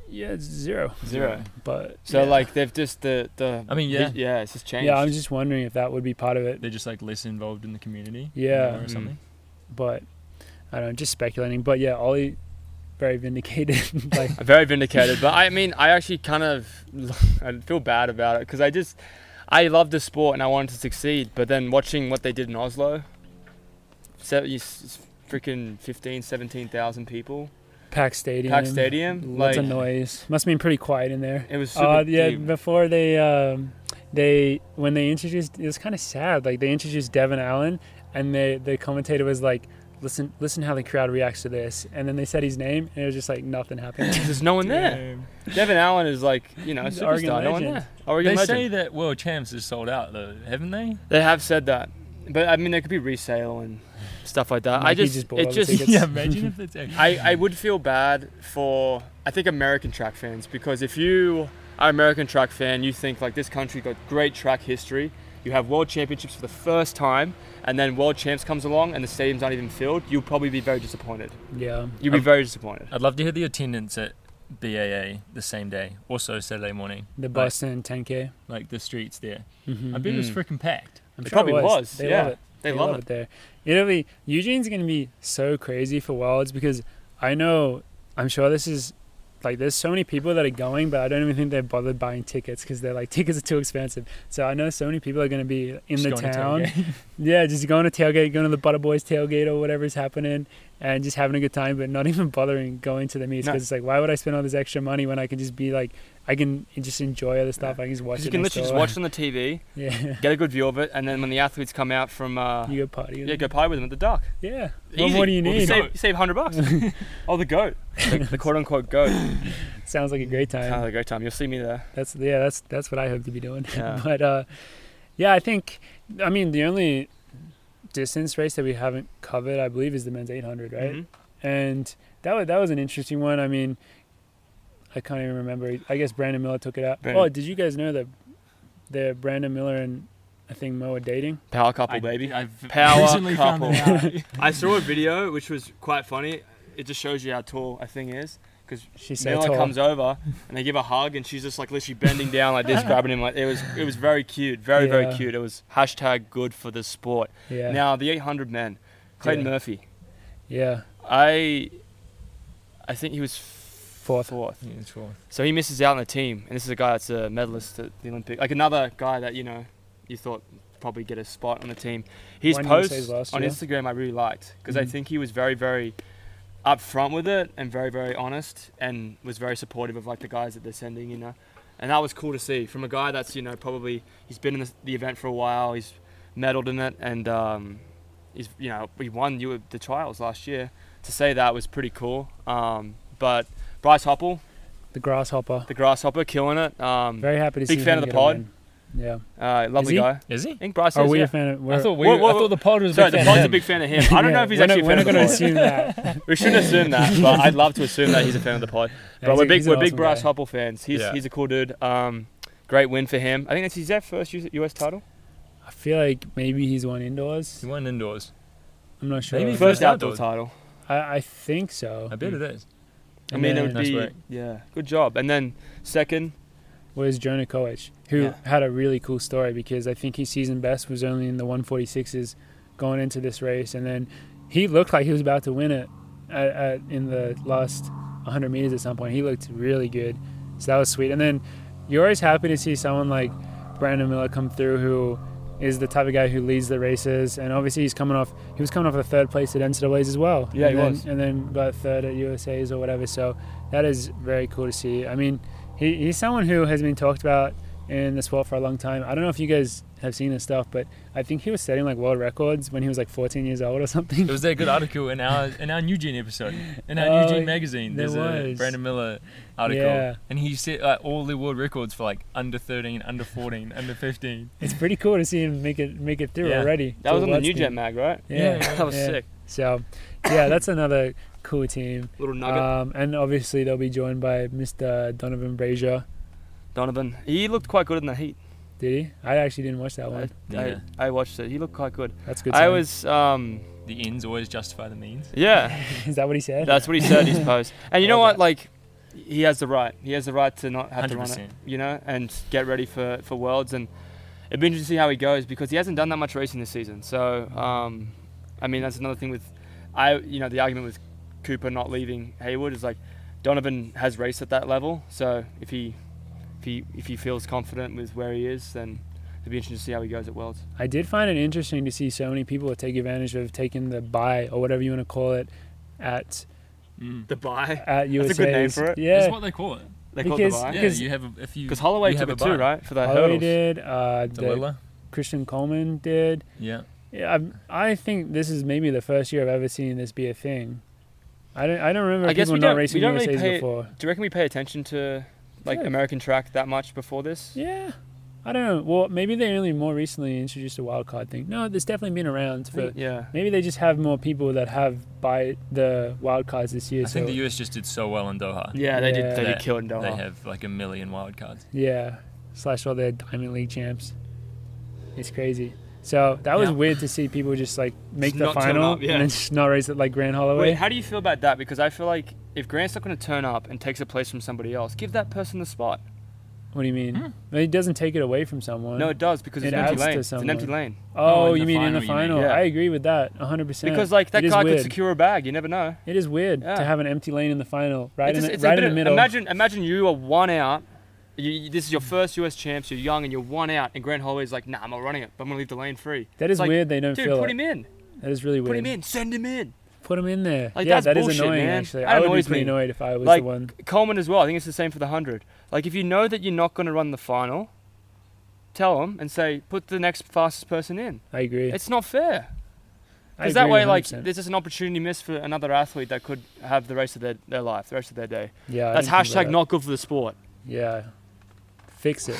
A: Yeah, it's zero.
B: Zero.
A: But
B: So
C: Yeah.
B: like they've just the the.
C: I mean, yeah.
B: yeah, it's just changed.
A: yeah, I'm just wondering if that would be part of it.
C: They're just like less involved in the community.
A: Yeah.
C: you know, or
B: Mm.
C: something.
A: But I don't know, just speculating. But yeah, Ollie very vindicated. like
B: very vindicated. but I mean, I actually kind of I feel bad about it because I just I love the sport and I wanted to succeed, but then watching what they did in Oslo, se- you s- freaking 15, 17,000 people,
A: Pack Stadium.
B: packed stadium,
A: Lots
B: like
A: of noise. Must have been pretty quiet in there.
B: it was super.
A: Uh, yeah,
B: dude,
A: before they um, they when they introduced it was kinda sad. Like they introduced Devin Allen and they the commentator was like Listen, listen how the crowd reacts to this, and then they said his name, and it was just like nothing happened.
B: there's no one there. Devin Allen is like you know a
A: He's an Oregon
B: superstar. No one
A: legend.
B: there. Oregon
C: they
B: legend.
C: say that world champs is sold out though, haven't they?
B: They have said that, but I mean there could be resale and stuff like that. I
A: Nike
B: just,
A: just bought all the
B: it just
A: tickets.
C: yeah, imagine if it's actually.
B: I, I would feel bad for I think American track fans because if you are American track fan, you think like this country got great track history. You have world championships for the first time, and then world champs comes along and the stadium's not even filled. You'll probably be very disappointed.
A: yeah,
B: You'll be
C: Um,
B: very disappointed.
C: I'd love to hear the attendance at BAA the same day, also Saturday morning,
A: the Boston 10K.
C: like the streets there.
A: Mm-hmm.
C: I bet it was
B: Mm.
C: freaking packed.
A: I'm
B: It
A: sure
B: probably
A: it was.
B: was,
A: They
B: yeah.
A: love it.
B: They love it.
A: there. It'll be Eugene's going to be so crazy for Worlds because I know I'm sure this is like there's so many people that are going, but I don't even think they're bothered buying tickets because they're like tickets are too expensive. So I know so many people are going to be in
C: Just
A: the
C: going to
A: town.
C: tailgate.
A: Yeah, just going to tailgate, going to the Butter Boys tailgate or whatever's happening, and just having a good time, but not even bothering going to the meets
B: No.
A: because it's like why would I spend all this extra money when I can just be like I can just enjoy other stuff. I can just watch.
B: 'Cause
A: it
B: you can
A: next
B: literally just
A: door.
B: watch it on the TV,
A: Yeah,
B: get a good view of it, and then when the athletes come out from uh,
A: you go party. with
B: yeah,
A: it.
B: go pie with them at the dock.
A: Yeah. What
B: Easy.
A: more do you
B: Well,
A: need?
B: save, save hundred bucks. oh, the goat, the, the quote unquote goat.
A: Sounds like a great time.
B: Oh, the goat time. You'll see me there.
A: That's yeah, that's that's what I hope to be doing.
B: Yeah.
A: but uh, yeah, I think I mean the only distance race that we haven't covered, I believe, is the men's 800, right?
B: Mhm.
A: And that was that was an interesting one. I mean, I can't even remember. I guess Brandon Miller took it out.
B: Brandon-
A: Oh, did you guys know that that Brandon Miller and I think Mo are dating?
B: Power couple,
C: I-
B: baby.
C: I've
B: Power
C: recently found
B: couple.
C: that out.
B: I saw a video which was quite funny. It just shows you how tall a thing is. Because
A: She's so
B: Miller
A: tall.
B: comes over and they give a hug, and she's just like literally bending down like this, grabbing him. Like it was, it was very cute, very very
A: Yeah.
B: cute. It was hashtag good for the sport.
A: yeah.
B: Now the 800 men, Clayton
A: Yeah.
B: Murphy.
A: yeah.
B: I, I think he was
A: Fourth.
B: fourth.
C: Yeah, it's fourth.
B: So he misses out on the team, and this is a guy that's a medalist at the Olympic, like another guy that you know you thought probably get a spot on the team. His
A: One you
B: post
A: saved last
B: on
A: year.
B: Instagram I really liked because I
A: Mhm.
B: think he was very very upfront with it and very very honest and was very supportive of like the guys that they're sending, you know. And that was cool to see from a guy that's you know probably he's been in the, the event for a while, he's medaled in it, and um, he's you know he won you the trials last year. To say that was pretty cool. Um, but Bryce Hopple,
A: The grasshopper.
B: the grasshopper killing it. Um,
A: Very happy to
B: Big
A: see him
B: fan of the
A: get a
B: pod.
A: win. Yeah.
B: uh, lovely
A: he?
B: guy.
C: Is he?
B: I think Bryce
A: Are
B: is.
A: we
B: yeah.
A: a fan of we're-
C: I thought we.
B: Whoa, whoa,
C: I thought the pod was.
B: Sorry,
C: a big
B: the
C: fan
B: pod's a
C: of
B: big fan of him. I don't
A: Yeah,
B: know if he's
A: we're not,
B: actually a fan
A: We're
B: of
A: not
B: the
A: going to
B: pod.
A: assume that.
B: We shouldn't assume that, but I'd love to assume that he's a fan of the pod. But
A: He's
B: we're
A: a-
B: big,
A: he's an
B: we're big
A: awesome
B: Bryce
A: guy.
B: Hopple fans. He's
C: Yeah.
B: he's a cool dude. Um, great win for him. I think that's his that first U- US title.
A: I feel like maybe he's won indoors.
C: He won indoors.
A: I'm not sure.
C: Maybe
B: First,
C: first
B: outdoor,
C: outdoor.
B: title.
A: I, I think so.
C: I bet it is.
B: I
A: And
B: mean, it would
A: then-
C: Nice
B: be
C: work.
B: yeah, good job. And then second,
A: was Jonah Koech, who
B: Yeah.
A: had a really cool story because I think his season best was only in the 146s going into this race, and then he looked like he was about to win it at, at, in the last 100 meters at some point. He looked really good, so that was sweet. And then you're always happy to see someone like Brandon Miller come through, who is the type of guy who leads the races, and obviously he's coming off. He was coming off a third place at NCAA's as well.
B: Yeah,
A: and
B: he
A: then,
B: was.
A: and then got third at USA's or whatever. So that is very cool to see. I mean, he, he's someone who has been talked about in the sport for a long time. I don't know if you guys have seen his stuff, but I think he was setting like world records when he was like 14 years old or something.
C: There was that good article in our in our New Gene episode in our
A: Oh,
C: New Gene magazine.
A: there
C: There's a
A: was.
C: Brandon Miller article,
A: Yeah.
C: and he set like all the world records for like under 13, under 14, under 15.
A: It's pretty cool to see him make it make it through
C: Yeah.
A: already.
B: That was on the
A: Towards
B: New
A: the-
B: Gen mag, right?
A: Yeah,
C: Yeah,
B: that was
A: yeah.
B: sick.
A: So, yeah, that's another cool team.
B: Little nugget.
A: Um, and obviously they'll be joined by Mr. Donovan Brazier.
B: Donovan. He looked quite good in the heat.
A: Did he? I actually didn't watch that
B: I,
A: one.
C: Yeah.
B: I, I watched it. He looked quite good.
A: That's Oh, good.
B: I
A: sign.
B: was um
C: The ends always justify the means.
B: yeah.
A: Is that what he said?
B: That's what he said in his post. And you know
C: Love
B: what? Like, he has the right. He has the right to not have to run it.
C: 100%.
B: You know, and get ready for for worlds. And it'd be interesting to see how he goes because he hasn't done that much racing this season. So, um, I mean, that's another thing with, I you know, the argument with Cooper not leaving Haywood is like, Donovan has raced at that level. So if he if he if he feels confident with where he is, then it'd be interesting to see how he goes at worlds.
A: I did find it interesting to see so many people take advantage of taking the buy or whatever you want to call it at
C: Mm.
B: The buy.
A: at USA.
B: That's a good name for it.
A: Yeah.
C: That's what they call it.
B: They call it the
A: Because-
B: buy.
C: Yeah,
A: Because-
C: you have a, if you
B: Because Holloway
C: you
B: took
C: have
B: it
C: a
B: too,
C: buy.
B: right? For that
A: Holloway
B: hurdles.
A: Oh, did. Uh, the
C: Delila.
A: Christian Coleman did.
C: Yeah.
A: Yeah, I, I think this is maybe the first year I've ever seen this be a thing. I don't. I don't remember
B: I guess
A: people
B: we
A: not
B: don't-
A: racing
B: we don't really
A: USA's
B: pay-
A: before.
B: Do you reckon we pay attention to like
A: Yeah.
B: American track that much before this?
A: Yeah. I don't know. Well, maybe they only more recently introduced a wild card thing. No, there's definitely been around for
B: yeah.
A: Maybe they just have more people that have buy the wild cards this year.
C: I think
A: so-
C: the US just did so well in Doha.
B: Yeah, they did. They
A: Yeah.
B: did kill in Doha.
C: They have like a million wild cards.
A: yeah, slash all their Diamond League champs. It's crazy. So that was
C: Yeah.
A: weird to see people just like make
B: Just
A: the
B: not turn
A: final
B: up, yeah.
A: and then just not race it like Grand Holloway.
B: Wait, how do you feel about that? Because I feel like if Grant's not going to turn up and takes a place from somebody else, give that person the spot.
A: what do you mean?
C: Hmm.
A: Well, It doesn't take it away from someone.
B: No, it does because it's
A: It
B: an empty
A: adds to
B: lane. It's an empty
A: someone.
B: lane.
A: Oh,
C: Oh, in
A: you
C: the
A: mean in the
C: final, you mean.
A: final?
B: Yeah.
A: I agree with that 100. percent
B: Because like that
A: it is
B: guy could
A: weird.
B: secure a bag. You never know.
A: It is weird
B: Yeah.
A: to have an empty lane in the final, right
B: It's
A: in
B: just-
A: the,
B: it's a
A: right in
B: bit
A: the
B: of-
A: middle.
B: Imagine, imagine you are one out. You- You, this is your first US champs. You're young and you're one out. And Grant Holloway's like, Nah, I'm not running it. But I'm going to leave the lane free.
A: that is
B: like,
A: weird. They don't
B: Dude,
A: feel
B: put
A: it.
B: him in.
A: That is really weird.
B: Put him in. Send him in.
A: Put him in there.
B: Like,
A: yeah,
B: that's
A: that is
B: bullshit,
A: annoying.
B: man.
A: Actually,
B: That
A: I would be
B: annoys
A: pretty
B: me.
A: annoyed if I was
B: Like,
A: the one.
B: Coleman as well. I think it's the same for the 100. Like, if you know that you're not going to run the final, tell them and say, put the next fastest person in.
A: I agree.
B: It's not fair.
A: I
B: Because that
A: agree
B: way, like,
A: 100%.
B: there's just an opportunity missed for another athlete that could have the rest of their, their life, the rest of their day.
A: yeah, I didn't
B: That's
A: think about
B: hashtag
A: that.
B: not good for the sport.
A: Yeah, fix it.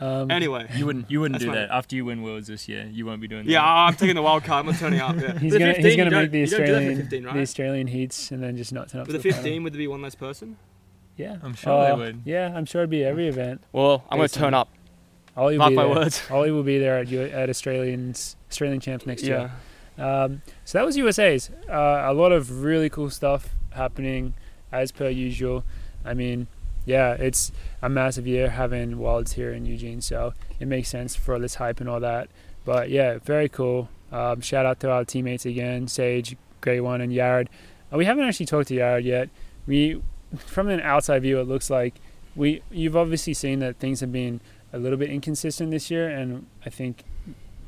A: Um,
B: Anyway.
C: You wouldn't you wouldn't
B: That's
C: do
B: my-
C: that. After you win worlds this year, you won't be doing
B: Yeah,
C: that.
B: I'm taking the wild card. I'm not turning up. Yeah.
A: he's
B: The
A: gonna
B: 15,
A: he's
B: you
A: gonna
B: don't-
A: make the
B: you don't do that for
A: Australian
B: 15, right?
A: the Australian heats and then just not turn up.
B: With
A: to
B: the
A: the final.
B: 15, would there be one less person?
A: yeah,
C: I'm sure
A: Uh,
C: they would.
A: Yeah, I'm sure it'd be every event.
B: Well,
A: gonna
B: I'm going to
A: Basically. turn
B: turn up.
A: Ollie will
B: Mark
A: be
B: my
A: there.
B: words.
A: Ollie will be there at U- at Australians Australian champs next year. Um, so that was USA's. Uh, a lot of really cool stuff happening as per usual. I mean, yeah, it's a massive year having Wilds here in Eugene, so it makes sense for all this hype and all that. But yeah, very cool. Um, shout out to our teammates again, Sage, Grey One, and Yard. Uh, we haven't actually talked to Yard yet. We, from an outside view, it looks like we. You've obviously seen that things have been a little bit inconsistent this year, and I think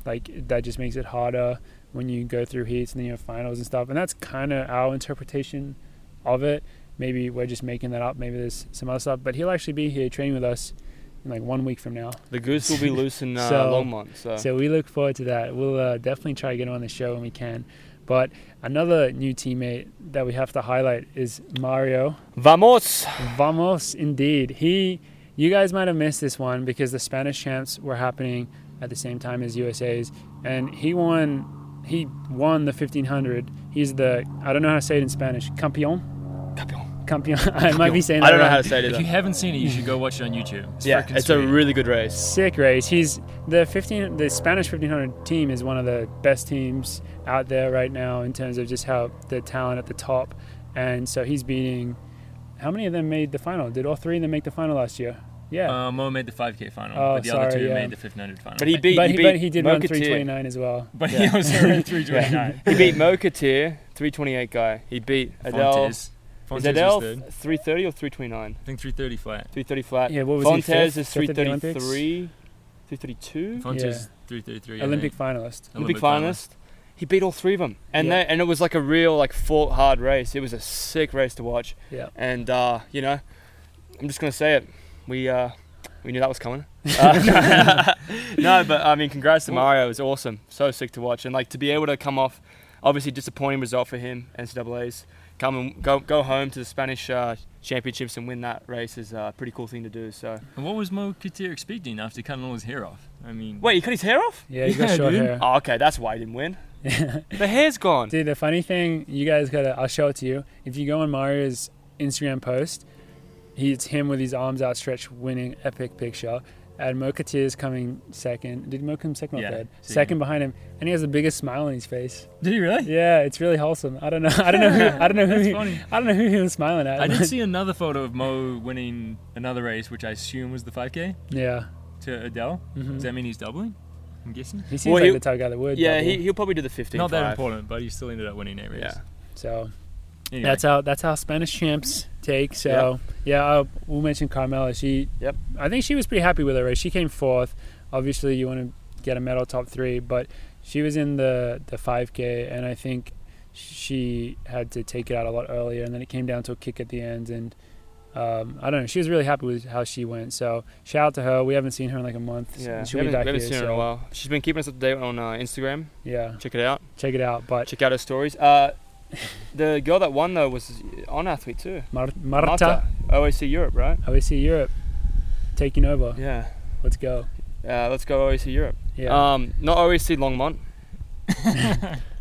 A: like that just makes it harder when you go through heats and then you have finals and stuff. And that's kind of our interpretation of it. Maybe we're just making that up. Maybe there's some other stuff. But he'll actually be here training with us in like one week from now.
B: The goose will be loose in uh,
A: So-
B: Longmont. So.
A: So we look forward to that. We'll uh, definitely try to get him on the show when we can. But another new teammate that we have to highlight is Mario.
B: Vamos!
A: Vamos, indeed. He, you guys might have missed this one because the Spanish champs were happening at the same time as USA's, and he won. He won the 1500. He's the I don't know how to say it in Spanish. Campeón. Campeón. I might be saying that
B: I don't know
A: wrong.
B: how to say it
C: If
B: either.
C: you haven't seen it, you should go watch it on YouTube. It's
B: yeah,
C: frickin'
B: it's a
C: sweet.
B: really good race.
A: sick race. He's the 15 the Spanish 1500 team is one of the best teams out there right now in terms of just how the talent at the top. And so he's beating how many of them made the final? Did all three of them make the final last year? Yeah.
C: Uh, Mo made the 5K final,
A: Oh,
C: but the other
A: sorry,
C: two
A: yeah.
C: made the 1500 final.
B: But he beat,
A: but,
B: he
A: he,
B: beat
A: but he did run
B: Mokatir.
A: 329 as well.
C: But
B: Yeah.
C: he also ran 329.
B: Yeah. He beat Mokatir, 328 guy. He beat Adele.
C: Fontes. Fontes
B: Is
C: was
B: Adele
C: third.
B: 330 or 329?
C: I think 330 flat.
B: 330 flat.
A: Yeah, what was he,
B: Fontes
A: fifth-
B: is
A: fifth at the Olympics?
B: 333. 332.
C: Fonzo's three three three.
A: Olympic finalist.
B: Olympic finalist. He beat all three of them, and
A: Yeah.
B: they, and it was like a real like fought hard race. It was a sick race to watch,
A: Yeah.
B: and uh, you know, I'm just gonna say it. We uh, we knew that was coming. Uh, no, but I mean, congrats to Mario. It was awesome. So sick to watch, and like to be able to come off, obviously disappointing result for him. NCAA's come and go go home to the Spanish uh, championships and win that race is a pretty cool thing to do. So
C: And what was Mo Couture expecting after cutting all his hair off? I mean,
B: wait, he cut his hair off?
A: Yeah, you got
C: Yeah,
A: short
C: dude.
A: hair.
B: Oh, okay, that's why he didn't win. the hair's gone.
A: Dude, the funny thing, you guys gotta, I'll show it to you. If you go on Mario's Instagram post, he, it's him with his arms outstretched, winning epic picture. And Mokatir is coming second. Did Mo come second or
C: Yeah,
A: third?
C: second.
A: Second behind him, and he has the biggest smile on his face.
C: did he really?
A: Yeah, it's really wholesome. I don't know. I don't know. Who, I don't know who.
C: That's
A: He,
C: funny.
A: I don't know who he was smiling at.
C: I did see another photo of Mo winning another race, which I assume was the 5K
A: Yeah.
C: to Adele.
A: Mhm.
C: Does that mean he's doubling? I'm guessing.
A: He seems
B: Well,
A: like
B: he-
A: the type of guy that would.
B: Yeah,
A: double.
B: he, he'll probably do the 15.
C: Not that
B: five.
C: important, but he still ended up winning that race.
B: Yeah.
A: So
C: Anyway,
A: that's how that's how Spanish champs take. So yeah, i we'll mention Carmela. She.
B: Yep.
A: I think she was pretty happy with her race. She came fourth. Obviously, you want to get a medal top three, but she was in the the 5K, and I think she had to take it out a lot earlier, and then it came down to a kick at the end, and. Um, I don't know. She was really happy with how she went. So shout out to her. We haven't seen her in like a month.
B: Yeah,
A: and
B: we
A: she'll be
B: haven't,
A: back
B: we haven't
A: here.
B: seen her in
A: so,
B: a while. She's been keeping us up to date on uh, Instagram.
A: Yeah,
B: Check it out.
A: check it out. But
B: Check out her stories. Uh, the girl that won though was on athlete too.
A: Mar- Marta,
B: OAC Europe, right?
A: OEC Europe, taking over.
B: Yeah.
A: Let's go.
B: Uh, let's go OAC Europe.
A: Yeah.
B: Um, not OAC Longmont.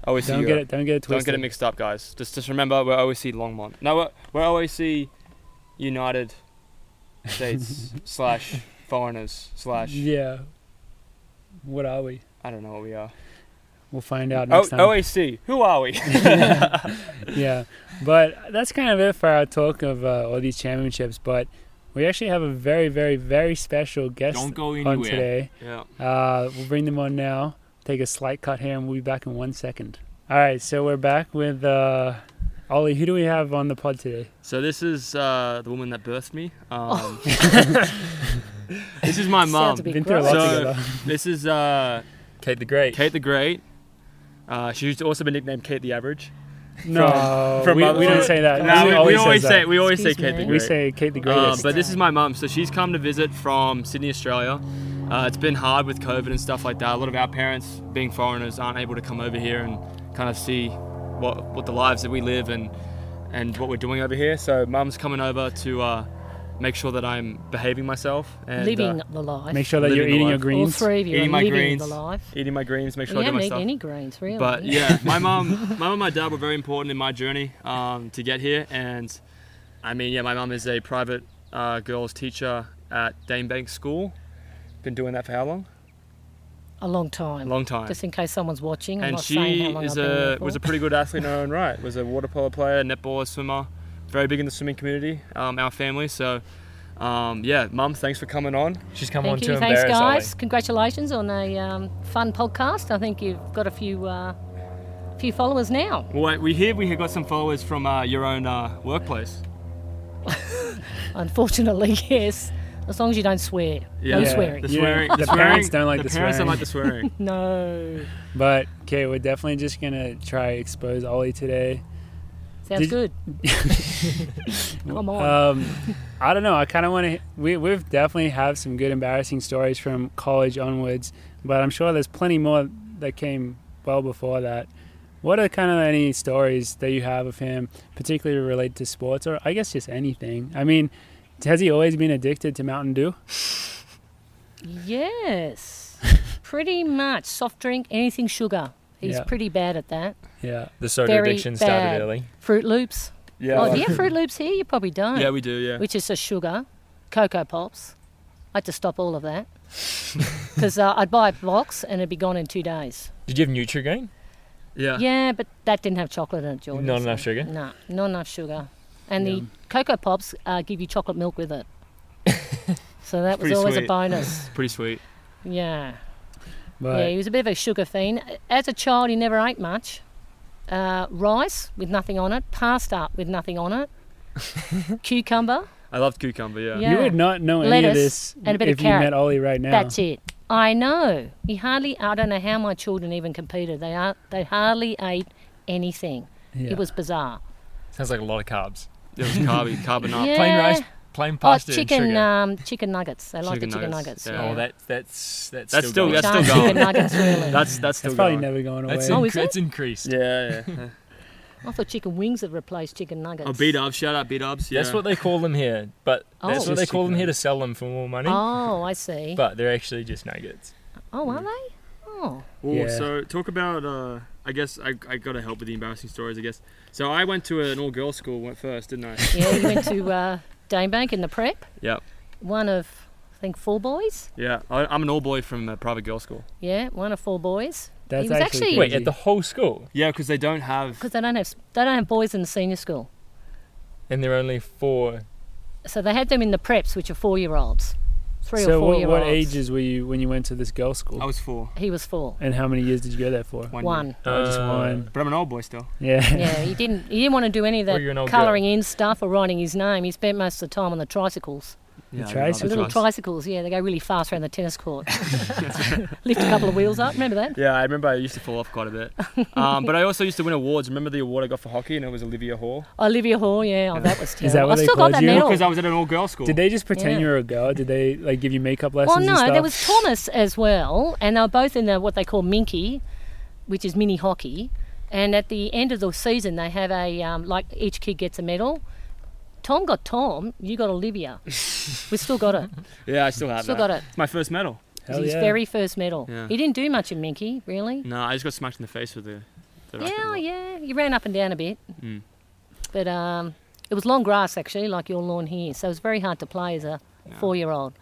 B: OAC
A: don't
B: Europe.
C: uh,
A: get it. Don't get it
B: Don't
A: twisted.
B: get it mixed up, guys. Just just remember we're OAC Longmont. No, we're, we're OAC United States slash foreigners slash
A: Yeah. What are we?
B: I don't know what we are.
A: We'll find out
C: Oh,
B: O-
A: next time.
B: OAC, who are we?
A: yeah. But that's kind of it for our talk of uh, all these championships. But we actually have a very, very, very special guest
C: don't go
A: on
C: anywhere.
A: today.
B: yeah.
A: Uh, we'll bring them on now. Take a slight cut here, and we'll be back in one second. All right. So we're back with uh, Ollie. Who do we have on the pod today?
B: So this is uh, the woman that birthed me. Um, this is my
D: Sounds
B: mom.
D: a bit- Oh. Be
A: Been through a lot
B: gross. So-
A: together.
B: This is uh,
C: Kate the Great.
B: Kate the Great. Uh, she's also been nicknamed Kate the Average.
A: No,
B: from
A: we,
B: other-
A: we don't say that.
D: Nah,
B: we,
D: we
B: we
D: always
B: always
A: says
B: say
A: that.
B: we always say
D: Excuse
B: Kate
D: me.
B: the
A: we
B: Great.
A: say Kate the
B: Um,
A: Greatest.
B: but this is my mum. So she's come to visit from Sydney, Australia. Uh, it's been hard with COVID and stuff like that. A lot of our parents, being foreigners, aren't able to come over here and kind of see what what the lives that we live and and what we're doing over here. So mum's coming over to uh, make sure that I'm behaving myself and
D: living
B: uh,
D: the life.
A: Make sure that
B: Living
A: you're
B: the
A: eating
B: life.
A: your
D: All
A: greens.
D: three of you
B: eating
D: are
B: my
D: living
B: greens.
D: the life.
B: eating my greens. Make sure
D: you
B: I do
D: don't
B: my
D: need
B: stuff.
D: any greens, really.
B: But yeah, my mom, my mom and my dad were very important in my journey um, to get here. And I mean, yeah, my mom is a private uh, girls teacher at Dane Bank School. Been doing that for how long?
D: a long time.
B: A long time.
D: Just in case someone's watching, I'm
B: and
D: not saying
B: she
D: how long I've
B: is
D: been there
B: a
D: for.
B: was a pretty good athlete in her own right. Was a water polo player, netballer, swimmer, very big in the swimming community. Um, our family, so. Um, yeah, mum, thanks for coming on.
C: She's come on
D: Thank
C: to
D: you. Thanks,
C: embarrass
D: guys. Congratulations on a um, fun podcast. I think you've got a few uh, few followers now.
B: Wait, we hear we have got some followers from uh, your own uh, workplace.
D: Unfortunately, yes. As long as you don't swear.
B: Yeah,
D: No
A: Yeah.
D: swearing.
B: The
A: Yeah,
B: swearing.
A: the parents don't like the
B: parents don't
A: swearing.
B: like the swearing.
D: No.
A: But okay, we're definitely just gonna try expose Ollie today.
D: Sounds
A: Did-
D: good. Come on.
A: Um, I don't know. I kind of want to. We we've definitely have some good embarrassing stories from college onwards, but I'm sure there's plenty more that came well before that. What are kind of any stories that you have of him, particularly related to sports, or I guess just anything? I mean, has he always been addicted to Mountain Dew?
D: yes. Pretty much. Soft drink, anything sugar. He's
A: Yeah.
D: pretty bad at that.
A: Yeah,
C: The soda
D: Very
C: addiction
D: bad.
C: started early.
D: Fruit Loops.
B: Yeah.
D: Oh, do you have Fruit Loops here? You probably don't.
B: Yeah, we do. Yeah.
D: which is a sugar, cocoa pops. I had to stop all of that because uh, I'd buy a box and it'd be gone in two days.
C: Did you have Nutrigrain?
B: yeah.
D: Yeah, but that didn't have chocolate in it, Jordan.
C: Not enough sugar?
D: No, not enough sugar. And
A: Yeah.
D: the cocoa pops uh, give you chocolate milk with it. so that was
B: pretty
D: always
B: sweet.
D: a bonus.
B: Pretty sweet.
D: Yeah. Yeah, he
A: but
D: was a bit of a sugar fiend. As a child, he never ate much. Uh, rice with nothing on it, pasta with nothing on it, cucumber.
B: I loved cucumber. Yeah.
D: Yeah.
A: you would not know any of
D: Lettuce
A: this
D: and a bit of
A: if you met
D: carrot.
A: Ollie right now.
D: That's it. I know. He hardly. I don't know how my children even competed. They are. They hardly ate anything.
A: Yeah.
D: It was bizarre.
C: Sounds like a lot of carbs.
B: It was carb, carbon up.
D: Yeah.
C: Plain rice, plain
D: Oh,
C: pasta, and
D: chicken.
C: sugar.
D: Um, chicken nuggets. They like the
B: Chicken
D: chicken
B: nuggets,
D: nuggets.
B: yeah.
D: yeah.
C: oh, that that's that's
B: That's still-
C: still, going.
B: that's
D: Giant
B: gone.
D: chicken nuggets. Really.
B: That's that's still
A: That's probably
B: going.
A: never going away.
C: that's,
D: Oh,
C: inc-
D: is it?
C: that's increased.
B: Yeah, yeah.
D: I thought chicken wings had replaced chicken nuggets.
B: oh, B Dubs, shout out B Dubs. Yeah.
C: That's what they call them here, but that's
D: Oh.
C: what they
A: Just
C: call them
A: chicken
C: here to sell them for more money.
D: Oh, I see.
C: But they're actually just nuggets.
D: oh, are they? Oh,
B: Ooh,
A: Yeah.
B: So talk about. Uh, I guess I, I got to help with the embarrassing stories. I guess. So I went to an all-girls school. Went first, didn't I?
D: yeah. You went to uh, Danebank in the prep.
B: Yep.
D: One of, I think, four boys.
B: yeah. I, I'm an all-boy from a private girls' school.
D: Yeah, one of four boys.
A: That's
D: Oh, He was actually-
C: Wait,
A: crazy.
C: at the whole school,
B: Yeah, because they don't have.
D: Because they don't have they don't have boys in the senior school,
C: and they're only four.
D: so they had them in the preps, which are four year olds, three
A: so
D: or four
A: what,
D: year
A: what
D: olds.
A: ages were you when you went to this girls' school?
B: I was four.
D: He was four.
A: and how many years did you go there for?
B: One. year.
D: One.
A: Oh, just
C: um,
A: one.
B: But I'm an old boy still.
A: Yeah.
D: Yeah, he didn't. He didn't want to do any of
C: Well,
D: that
C: you're an old
D: colouring in stuff or writing his name. He spent most of the time on the tricycles,
A: The
B: I
A: trice-
B: love
A: The
D: little tricycles. Yeah, they go really fast around the tennis court. Lift a couple of wheels up. Remember that?
B: Yeah, I remember I used to fall off quite a bit. Um, but I also used to win awards. Remember the award I got for hockey, and it was Olivia Hall.
D: Olivia Hall. Yeah, oh,
B: Yeah.
D: that was terrible.
A: Is that what
D: I
A: they
D: still got
A: called
D: that
A: you?
D: medal.
B: Because I was at an all-girls school.
A: Did they just pretend
D: Yeah.
A: you were a girl? Did they like give you makeup lessons?
D: Well, no,
A: and stuff?
D: there was Thomas as well, and they were both in the what they call minky, which is mini hockey. And at the end of the season, they have a um, like each kid gets a medal. Tom got Tom, you got Olivia. we still got it.
B: Yeah, I still have
D: Still
B: that.
D: got it.
B: It's my first medal.
D: It
A: Hell
D: was his
A: yeah.
D: very first medal.
B: Yeah.
D: He didn't do much in minky, really.
B: No, I just got smacked in the face with the.
A: Mm,
B: the racket
D: Yeah,
B: ball.
D: yeah. He ran up and down a bit,
B: Mm.
D: but um, it was long grass actually, like your lawn here, so it was very hard to play as a
B: Yeah.
D: four-year-old.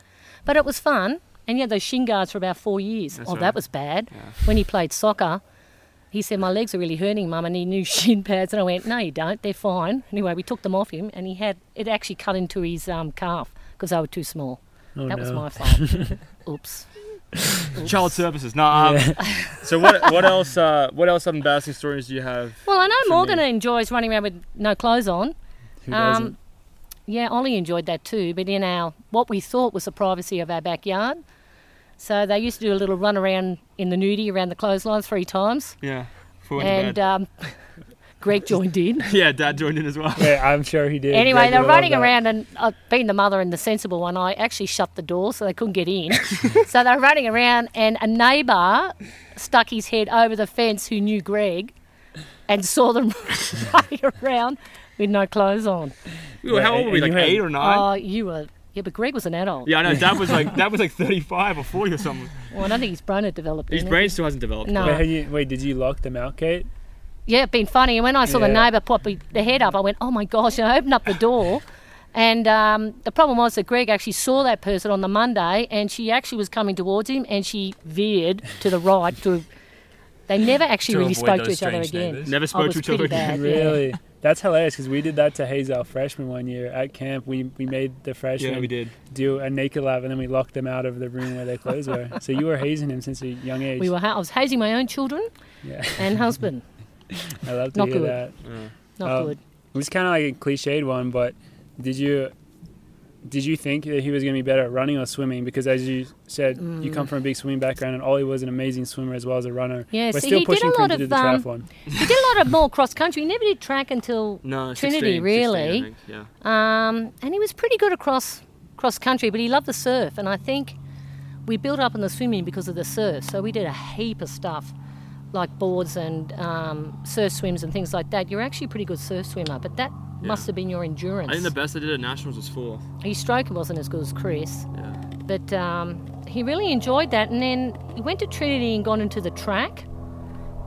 D: But it was fun, and you had those shin guards for about four years.
B: That's
D: oh,
B: right.
D: that was bad.
B: Yeah.
D: When he played soccer, he said, "My legs are really hurting, Mum. I need new shin pads." And I went, "No, you don't. They're fine." Anyway, we took them off him, and he had it actually cut into his um, calf because they were too small.
A: Oh,
D: that was
A: no.
D: my fault. Oops. Oops.
B: Child services. No. Um, so what? What else? Uh, what else embarrassing stories do you have?
D: Well, I know
B: for me.
D: Morgan enjoys running around with no clothes on.
A: Who
D: Um,
A: doesn't?
D: Yeah, Ollie enjoyed that too, but in our what we thought was the privacy of our backyard. So they used to do a little run around in the nudie around the clothesline three times,
B: Yeah. Before we went to
D: and uh,
B: bed.
D: um, Greg joined in.
B: yeah, Dad joined in as well.
A: Yeah, I'm sure he did.
D: Anyway,
A: Greg
D: they're
A: would love
D: running
A: that.
D: around, and uh, being the mother and the sensible one, I actually shut the door so they couldn't get in. so they're running around, and a neighbour stuck his head over the fence who knew Greg and saw them running around with no clothes on.
B: We were- How old were we?
A: Yeah,
B: Like
A: you had-
B: eight or nine?
D: Oh, you were. Yeah, but Greg was an adult.
B: yeah, I know. Dad was like, Dad was like 35 or 40 or something.
D: Well, I don't think his brain had developed.
B: His
D: then.
B: brain still hasn't developed.
D: No.
A: Wait, have you, wait, did you lock them out, Kate?
D: Yeah, it'd been funny. And when I saw the
A: Yeah.
D: neighbour pop he- the head up, I went, "Oh my gosh!" And I opened up the door, and um, the problem was that Greg actually saw that person on the Monday, and she actually was coming towards him, and she veered to the right. To they never actually
C: To
D: really
C: avoid
D: spoke to
C: those
D: each other
C: strange
D: again.
C: neighbours.
B: Never
D: I
B: spoke
D: was
B: to each other
D: pretty
B: again.
D: bad. yeah.
A: Really? That's hilarious because we did that to Hazel freshman one year at camp. We we made the freshman
B: Yeah, we did.
A: do a naked lab and then we locked them out of the room where their clothes were. So you were hazing him since a young age.
D: We were. Ha- I was hazing my own children
A: yeah,
D: and husband.
A: I love to
D: Not
A: hear
D: good.
A: that.
B: Yeah.
D: Not
A: Um,
D: good.
A: It's kind of like a cliched one, but did you did you think that he was going to be better at running or swimming? Because as you said, you come from a big swimming background, and Ollie was an amazing swimmer as well as a runner.
D: Mm. Yeah,
A: we're
D: see,
A: still
D: he did
A: pushing
D: a
A: for him
D: lot
A: to do
D: of,
A: the
D: um,
A: triathlon.
D: He did a lot of more cross country. He never did track until
B: No,
D: Trinity,
B: 16, 16, I
D: really?
B: think, yeah.
D: Um, and he was pretty good across cross country, but he loved the surf. And I think we built up in the swimming because of the surf. So we did a heap of stuff like boards and um, surf swims and things like that. You're actually a pretty good surf swimmer, but that must have been your endurance.
B: I think the best I did at nationals was fourth.
D: His stroke wasn't as good as Chris,
B: Yeah.
D: but um, he really enjoyed that. And then he went to Trinity and got into the track.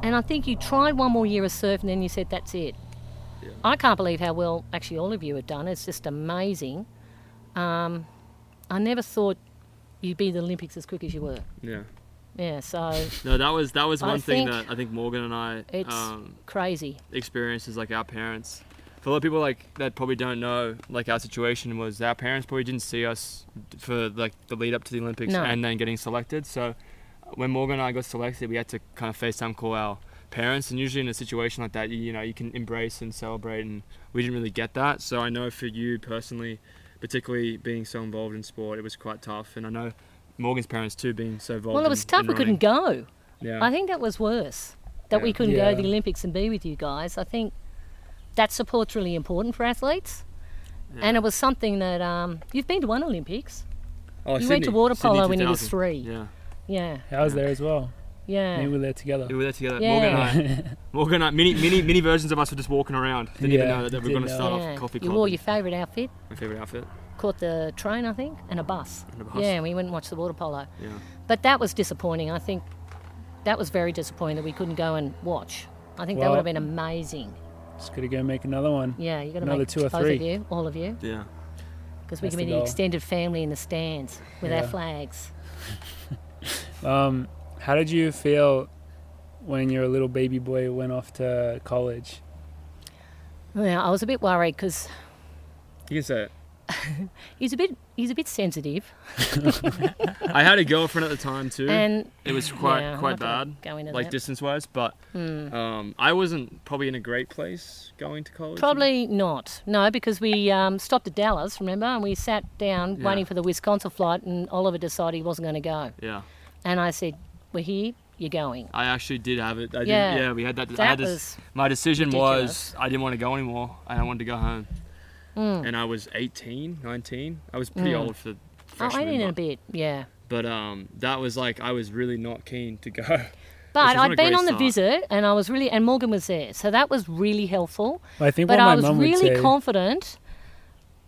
D: And I think you tried one more year of surf, and then you said that's it.
B: Yeah.
D: I can't believe how well actually all of you have done. It's just amazing. Um, I never thought you'd be in the Olympics as quick as you were.
B: Yeah.
D: Yeah, so
B: No, that was that was
D: I
B: one thing
D: think
B: that I think Morgan and I
D: it's
B: um,
D: crazy.
B: experienced is like our parents. For a lot of people like that probably don't know, like our situation was our parents probably didn't see us for like the lead up to the Olympics
D: No.
B: and then getting selected. So when Morgan and I got selected, we had to kind of FaceTime call our parents, and usually in a situation like that, you, you know, you can embrace and celebrate, and we didn't really get that. So I know for you personally, particularly being so involved in sport, it was quite tough, and I know Morgan's parents too being so involved.
D: Well, it was
B: in-
D: tough.
B: in
D: We couldn't
B: running.
D: go.
B: Yeah.
D: I think that was worse that we
B: Yeah.
D: couldn't go to the
A: Yeah.
D: Olympics and be with you guys. I think that support's really important for athletes. And it was something that um, you've been to one Olympics.
B: oh,
D: you went to water
B: Sydney
D: polo when you was
B: 2000.
D: three.
B: Yeah.
D: Yeah,
A: I was there as well.
D: yeah.
A: We were there together.
B: We were there together.
D: Yeah.
B: Morgan and I. Morgan and I. Mini, mini, mini versions of us were just walking around. Didn't even
A: Yeah,
B: know that, that we
A: didn't
B: were going to
A: know.
B: start
D: Yeah.
B: off coffee club.
D: You wore
B: and-
D: your favourite outfit,
B: My favorite outfit.
D: caught the train, I think, and a bus.
B: And a bus.
D: Yeah, and we went and watched the water polo.
B: Yeah.
D: But that was disappointing. I think that was very disappointing that we couldn't go and watch. I think that
A: Well-
D: would have been amazing.
A: Just gotta go make another one.
D: Yeah, you got to
A: Another
D: make
A: two or
D: both
A: three.
D: of you, all of you,
B: Yeah.
D: because we
A: That's
D: can
A: the
D: be the
A: goal.
D: extended family in the stands with our
A: Yeah.
D: flags.
A: Um, how did you feel when your little baby boy went off to college?
D: Yeah, I was a bit worried because
B: You can say it.
D: he's a bit he's a bit sensitive,
B: I had a girlfriend at the time too.
D: and
B: it was quite
D: yeah, I'm
B: quite
D: not gonna
B: bad,
D: Go into
B: like
D: that.
B: distance wise. But
D: Mm.
B: um, I wasn't probably in a great place going to college.
D: Probably not. No, because we um, stopped at Dallas, remember, and we sat down
B: Yeah.
D: waiting for the Wisconsin flight, and Oliver decided he wasn't going to go.
B: Yeah.
D: And I said, "We're here. You're going."
B: I actually did have it. I yeah.
D: Yeah.
B: Did, yeah. We had that. I
D: That
B: had this,
D: was
B: My decision
D: ridiculous.
B: was I didn't want to go anymore. and I wanted to go home.
D: Mm.
B: And I was 18, 19. I was pretty
D: Mm.
B: old for
D: oh, I
B: freshman.
D: did in a
B: but,
D: bit, yeah.
B: but um, that was like I was really not keen to go. Which is
D: But
B: not a
D: I'd been
B: great
D: on the
B: start.
D: visit, and I was really, and Morgan was there, so that was really helpful.
A: I think
D: But
A: what my
D: I was
A: mum would
D: really
A: say.
D: confident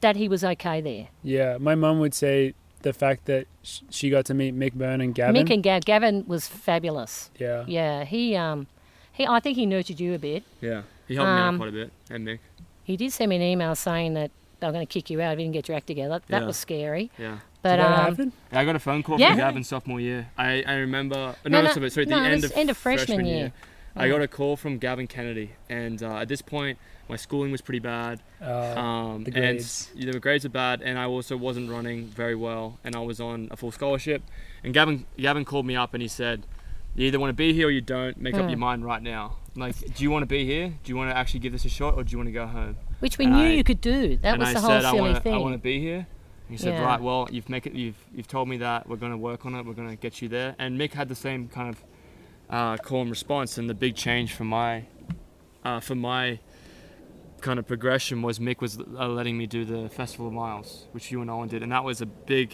D: that he was okay there.
A: yeah, my mum would say the fact that sh- she got to meet Mick Byrne and Gavin.
D: Mick and Gav, Gavin was fabulous.
A: yeah.
D: Yeah, he, um, he, I think he nurtured you a bit.
B: Yeah. He helped me out
D: Um,
B: quite a bit. And Mick.
D: He did send me an email saying that they were going to kick you out if you didn't get your act together. That
B: Yeah.
D: was scary.
B: Yeah.
D: But
A: did that
D: um,
A: happen?
B: Yeah, I got a phone call
D: Yeah.
B: from Gavin sophomore year. I, I remember. No,
D: No,
B: no,
D: no,
B: sorry, sorry,
D: no,
B: the
D: it
B: end
D: was
B: of,
D: end of freshman year.
B: I
D: Yeah.
B: got a call from Gavin Kennedy, and uh, at this point, my schooling was pretty bad.
A: Uh,
B: Um,
A: the
B: and
A: grades.
B: yeah, the grades were bad, and I also wasn't running very well, and I was on a full scholarship. And Gavin, Gavin called me up, and he said, "You either want to be here or you don't. Make up
D: Mm.
B: your mind right now. Like, do you want to be here? Do you want to actually give this a shot, or do you want to go home?"
D: which we
B: and
D: knew
B: I-
D: you could do. That
B: and
D: was
B: I
D: the whole
B: said, I
D: silly
B: wanna,
D: thing.
B: I want to be here. And he said,
D: Yeah.
B: right, well, you've make it, you've you've told me that we're going to work on it. We're going to get you there. And Mick had the same kind of uh, call and response. And the big change for my uh, for my kind of progression was Mick was uh, letting me do the Festival of Miles, which you and Owen did, and that was a big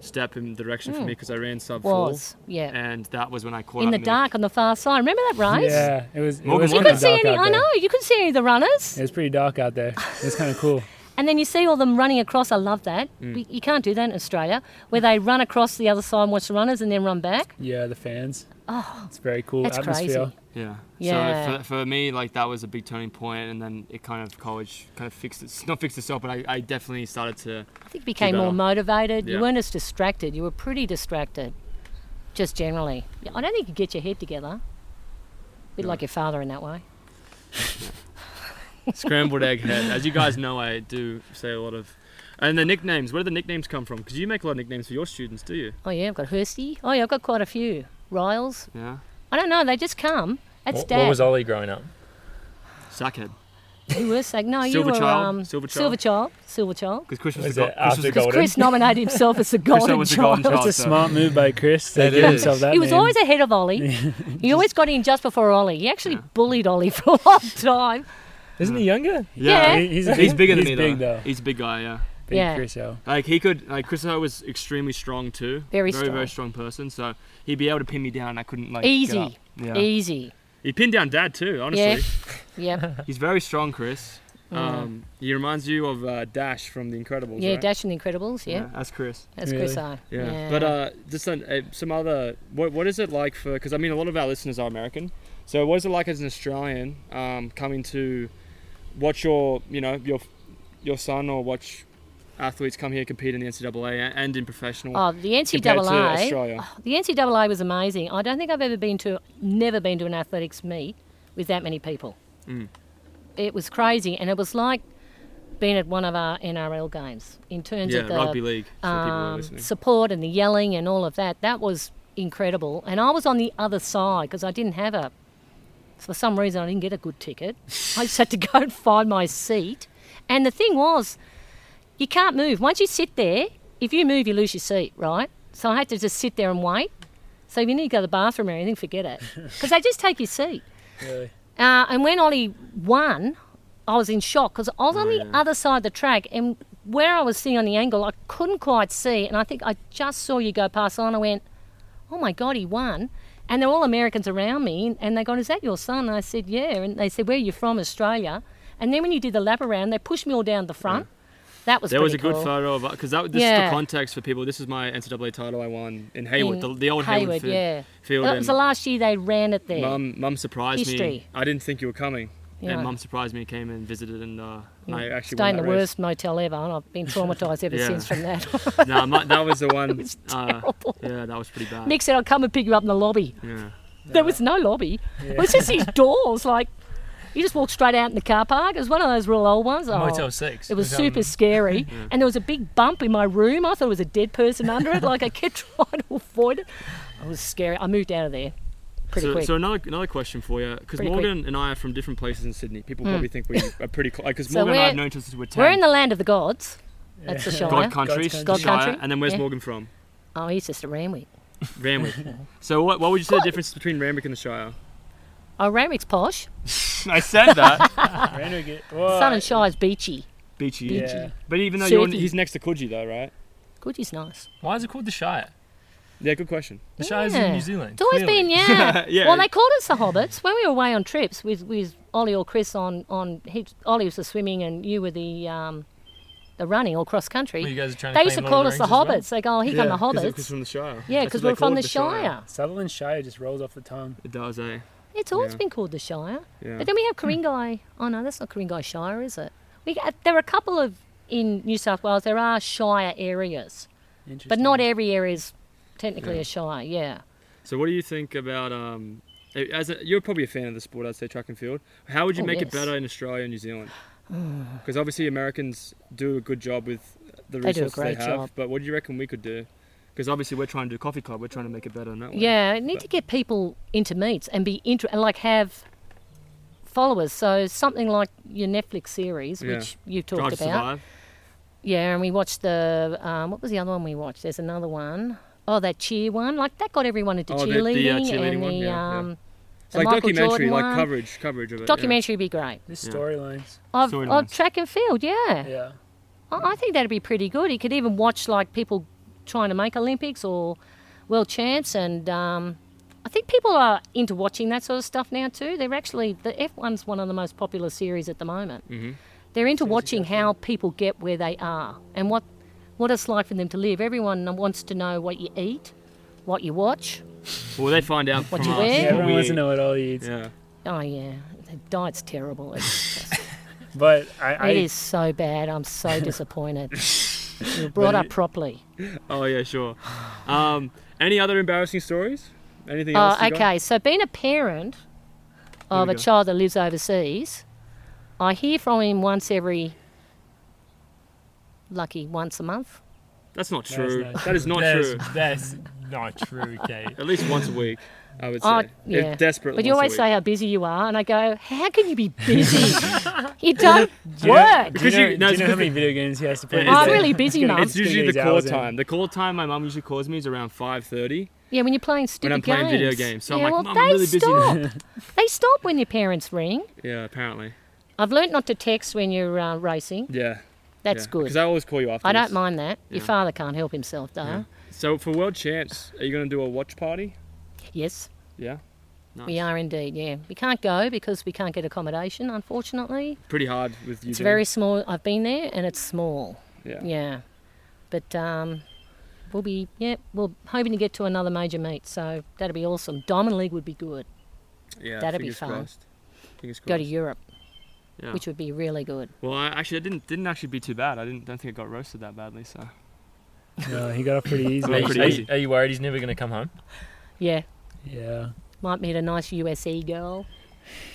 B: step in direction for
D: Mm.
B: me because I ran sub four,
D: was yeah.
B: and that was when I caught
D: In
B: up
D: the
B: Mick.
D: dark on the far side. Remember that race?
A: Yeah, it was. It
B: Morgan
A: was
D: You
B: Wonder
A: pretty
D: couldn't see
A: dark
D: any.
A: out
D: I
A: there.
D: know you couldn't see any of the runners,
A: It was pretty dark out there. It was kind of cool.
D: and then you see all them running across. I love that.
B: Mm.
D: We, you can't do that in Australia, where they run across the other side and watch the runners, and then run back.
A: Yeah, the fans. Oh, it's very cool
D: that's
A: atmosphere.
D: crazy.
B: Yeah. So
D: Yeah.
B: for, for me, like that was a big turning point, and then it kind of college kind of fixed it. Not fixed itself, but I, I definitely started to.
D: I think you became
B: better.
D: more motivated.
B: Yeah.
D: You weren't as distracted. You were pretty distracted, just generally. Yeah, I don't think you get your head together. Bit
B: No.
D: like your father in that way.
B: Scrambled egg head. As you guys know, I do say a lot of. And the nicknames. Where do the nicknames come from? Because you make a lot of nicknames for your students, do you?
D: Oh yeah, I've got Hursty. Oh yeah, I've got quite a few. Riles.
B: Yeah.
D: I don't know. They just come. That's
C: What,
D: dad.
C: what was Ollie growing up?
B: Sackhead.
D: You were saying no. you
B: Silver
D: were
B: child,
D: um,
B: silver child.
D: silver child. Silver child.
B: Because Chris was,
C: Was
B: the,
C: it
B: go- Chris was
C: after
B: the
C: goal?
D: Because
C: Golden.
D: Chris nominated himself as the
B: Chris
D: golden
B: was the
D: child.
B: golden child.
A: It's a
B: so-
A: smart move by Chris to
C: It
A: give
C: is.
A: himself that
D: He was
A: name.
D: always ahead of Ollie. he always got in just before Ollie. He actually bullied Ollie for a long time.
C: Isn't he younger?
D: Yeah.
A: He- he's, a
B: He's
A: big-
B: bigger than
A: he's
B: me
A: big,
B: though.
A: though.
B: He's a big guy, yeah.
A: Big
D: Yeah.
A: Chris, yo.
B: Like he could, like Chris Ho was extremely strong too.
D: Very
B: very,
D: strong.
B: very strong person. So he'd be able to pin me down. and I couldn't like get
D: Easy.
B: up. Yeah.
D: Easy.
B: He pinned down Dad too. Honestly.
D: Yeah. Yep.
B: He's very strong, Chris.
D: Mm.
B: Um, he reminds you of uh, Dash from The Incredibles.
D: yeah,
B: right?
D: Dash and the Incredibles. Yeah.
B: that's Chris.
D: That's
A: Really?
D: Chris R.
B: Yeah, but uh, just on, uh, some other. What, what is it like for? Because I mean, a lot of our listeners are American. So what is it like as an Australian um, coming to watch your, you know, your your son or watch athletes come here compete in the NCAA a- and in professional
D: oh, the
B: compared to
D: NCAA.
B: Australia?
D: The NCAA was amazing. I don't think I've ever been to, never been to an athletics meet with that many people.
B: Mm.
D: It was crazy, and it was like being at one of our NRL games in terms
B: yeah,
D: of the
B: rugby league for people who are
D: um,
B: listening.
D: support and the yelling and all of that. That was incredible. And I was on the other side because I didn't have a, for some reason, I didn't get a good ticket. I just had to go and find my seat. And the thing was, you can't move. Once you sit there, if you move, you lose your seat, right? So I had to just sit there and wait. So if you need to go to the bathroom or anything, forget it. Because they just take your seat.
A: Really?
D: Uh, and when Ollie won, I was in shock because I was on
B: Oh, Yeah.
D: the other side of the track and where I was sitting on the angle, I couldn't quite see. And I think I just saw you go past and I went, oh my God, he won. And they're all Americans around me and they gone, is that your son? And I said, yeah. And they said, where are you from? Australia. And then when you did the lap around, they pushed me all down the front. That was
B: There was a
D: pretty
B: good
D: cool.
B: photo of because that this is
D: Yeah.
B: the context for people. This is my NCAA title I won in Hayward,
D: In
B: the, the old Hayward,
D: Hayward,
B: fi-
D: yeah.
B: field.
D: That was the
B: and
D: last year they ran it there.
B: mum, mum surprised me.
D: History.
B: I didn't think you were coming,
D: Yeah.
B: and mum surprised me. and Came and visited, and uh, and I actually
D: Stayed
B: won
D: in the
B: that race.
D: worst motel ever, and I've been traumatised ever
B: Yeah.
D: since from that.
B: no, my, that was the one. uh,
D: terrible.
B: yeah, that was pretty bad.
D: Nick said, I'll come and pick you up in the lobby.
B: yeah.
D: There was no lobby.
A: Yeah.
D: It was just these doors. Like, you just walked straight out in the car park. It was one of those real old ones. Oh,
C: Motel Six.
D: It was
C: um,
D: super scary. And there was a big bump in my room. I thought it was a dead person under it. Like, I kept trying to avoid it. It was scary. I moved out of there pretty
B: so,
D: quick.
B: so another another question for you, because
D: Pretty quick. Hmm.
B: Morgan and I are from different places in Sydney. People probably think we are pretty close. Because
D: So
B: Morgan and I
D: we're-
B: have known each other since we we're ten.
D: We're in the land of the gods. That's the
A: Yeah.
D: Shire.
B: God country,
A: God's
D: country. God
B: Shire,
D: country,
B: and then where's
D: yeah.
B: Morgan from?
D: oh, he's just a Ramwick.
B: Ramwick. so what, what would you say the difference is between Ramwick and the Shire?
D: Oh, Ramwick's posh.
B: I said that.
A: Randwick it- Whoa.
D: Sun and Shire's beachy.
B: Beachy.
A: Yeah.
B: But even though you're,
D: Surfy.
B: he's next to Coogee though, right?
D: Coogie's nice.
C: Why is it called the Shire?
B: Yeah, good question.
C: The Shire's in
D: Yeah.
C: New Zealand.
D: It's always
C: clearly.
D: been, yeah.
B: Yeah.
D: Well, they called us the Hobbits when we were away on trips with, with Ollie or Chris on on heaps. Ollie was the swimming and you were the um, the running or cross country.
C: Well, you guys are trying
D: they
C: to
D: used to
C: claim
D: call
C: Lord
D: us
C: of
D: the
C: Rings as
D: Hobbits. They go, oh, here come the
B: Because
D: Hobbits.
B: from the Shire.
D: Yeah,
B: That's what
D: because
B: they
D: we're from
B: call it,
D: the Shire.
A: Sutherland Shire just rolls off the tongue.
B: It does, eh?
D: It's always
B: Yeah.
D: been called the Shire.
B: Yeah.
D: But then we have Coringai. Oh no, that's not Coringai Shire, is it? We uh, there are a couple of in New South Wales. There are Shire areas,
A: Interesting.
D: but not every area is technically
B: Yeah.
D: a Shire. Yeah.
B: So what do you think about um? As a, you're probably a fan of the sport, I'd say track and field. How would you
D: Oh,
B: make it
D: yes.
B: better in Australia and New Zealand? Because obviously Americans do a good job with the
D: They do a
B: resources
D: great
B: have.
D: job.
B: But what do you reckon we could do? Because obviously we're trying to do coffee club. We're trying to make it better in that way.
D: Yeah, I need
B: But-
D: to get people into meets and be inter- and like have followers. So something like your Netflix series,
B: Yeah.
D: which you've
B: Drive
D: talked
B: to
D: about.
B: Survive.
D: Yeah, and we watched the um, what was the other one we watched? There's another one. Oh, that cheer one. Like that got everyone into
B: Oh, the- the, uh,
D: cheerleading,
B: cheerleading
D: and
B: one,
D: the
B: yeah, yeah.
D: um,
B: It's
D: the
B: like
D: Michael
B: documentary,
D: Jordan
B: like
D: one.
B: coverage, coverage of it. yeah.
D: documentary. Be great.
A: This
B: Yeah.
A: storylines.
D: Of, of
B: Storylines.
D: track and field, yeah.
A: Yeah.
D: I, I think that'd be pretty good. He could even watch like people trying to make Olympics or world champs, and um, I think people are into watching that sort of stuff now too. They're actually the F1's one of the most popular series at the moment.
B: Mhm.
D: They're into watching how people get where they are and what what it's like for them to live. Everyone wants to know what you eat, what you watch.
B: Well, they find out
D: What
B: from
D: you
B: us.
D: wear?
A: Yeah,
D: Yeah,
A: everyone
B: we-
A: wants to know what all he eats.
B: Yeah.
D: Oh yeah, the diet's terrible. It's just-
A: But I, I
D: it is so bad. I'm so disappointed. you were brought up properly.
B: Oh yeah, sure. Um, any other embarrassing stories? Anything
D: Oh,
B: else? you got?
D: okay. So, being a parent of
B: we
D: a
B: go.
D: child that lives overseas, I hear from him once every lucky once a month.
B: That's not
A: That's
B: true.
A: not
B: That is not
C: That
B: true.
C: is- That's not true, Kate.
B: At least once a week, I would say.
D: Oh,
B: If
D: yeah.
B: desperate.
D: But you
B: once
D: always
B: a
D: say how busy you are, and I go, "How can you be busy? you don't work."
A: Do you know,
B: Because you- no,
A: do you
B: it's
A: know how
B: because
A: many video games he has to play?
B: Yeah, I'm
A: He's
D: really
A: like,
D: busy,
A: "Let's get
D: Mum."
B: It's
A: these- let's get
B: usually the
A: these
B: call
A: hours in."
B: time. The call time my mum usually calls me is around 5:30
D: Yeah, when you're playing stupid
B: when I'm playing video games. So
D: yeah,
B: I'm like,
D: well,
B: mum, I'm
D: they
B: really busy.
D: stop.
B: now."
D: they stop when your parents ring.
B: yeah, apparently.
D: I've learnt not to text when you're uh, racing.
B: Yeah.
D: That's
B: Because
D: good.
B: I always call you after.
D: I don't mind that. Your
B: Yeah.
D: father can't help himself, though.
B: Yeah. So for world champs, are you gonna do a watch party?
D: Yes.
B: Yeah.
D: We are indeed, yeah. We can't go because we can't get accommodation, unfortunately.
B: Pretty hard with you.
D: it's
B: doing-
D: very small. I've been there and it's small,
B: Yeah.
D: yeah. But um, we'll be, yeah, we're hoping to get to another major meet, so that'd be awesome. Diamond League would be good.
B: Yeah.
D: That'd be
B: fingers
D: fun.
B: crossed. Fingers
D: Go to
B: crossed.
D: Europe,
B: Yeah.
D: which would be really good.
B: Well, I, actually, it didn't didn't actually be too bad. I didn't don't think it got roasted that badly. So
A: No, he got off pretty
C: Are
A: easily.
B: Pretty
C: you, are,
B: easy.
C: you, are you worried he's never going to come home?
D: Yeah,
A: yeah,
D: might meet a nice USA girl,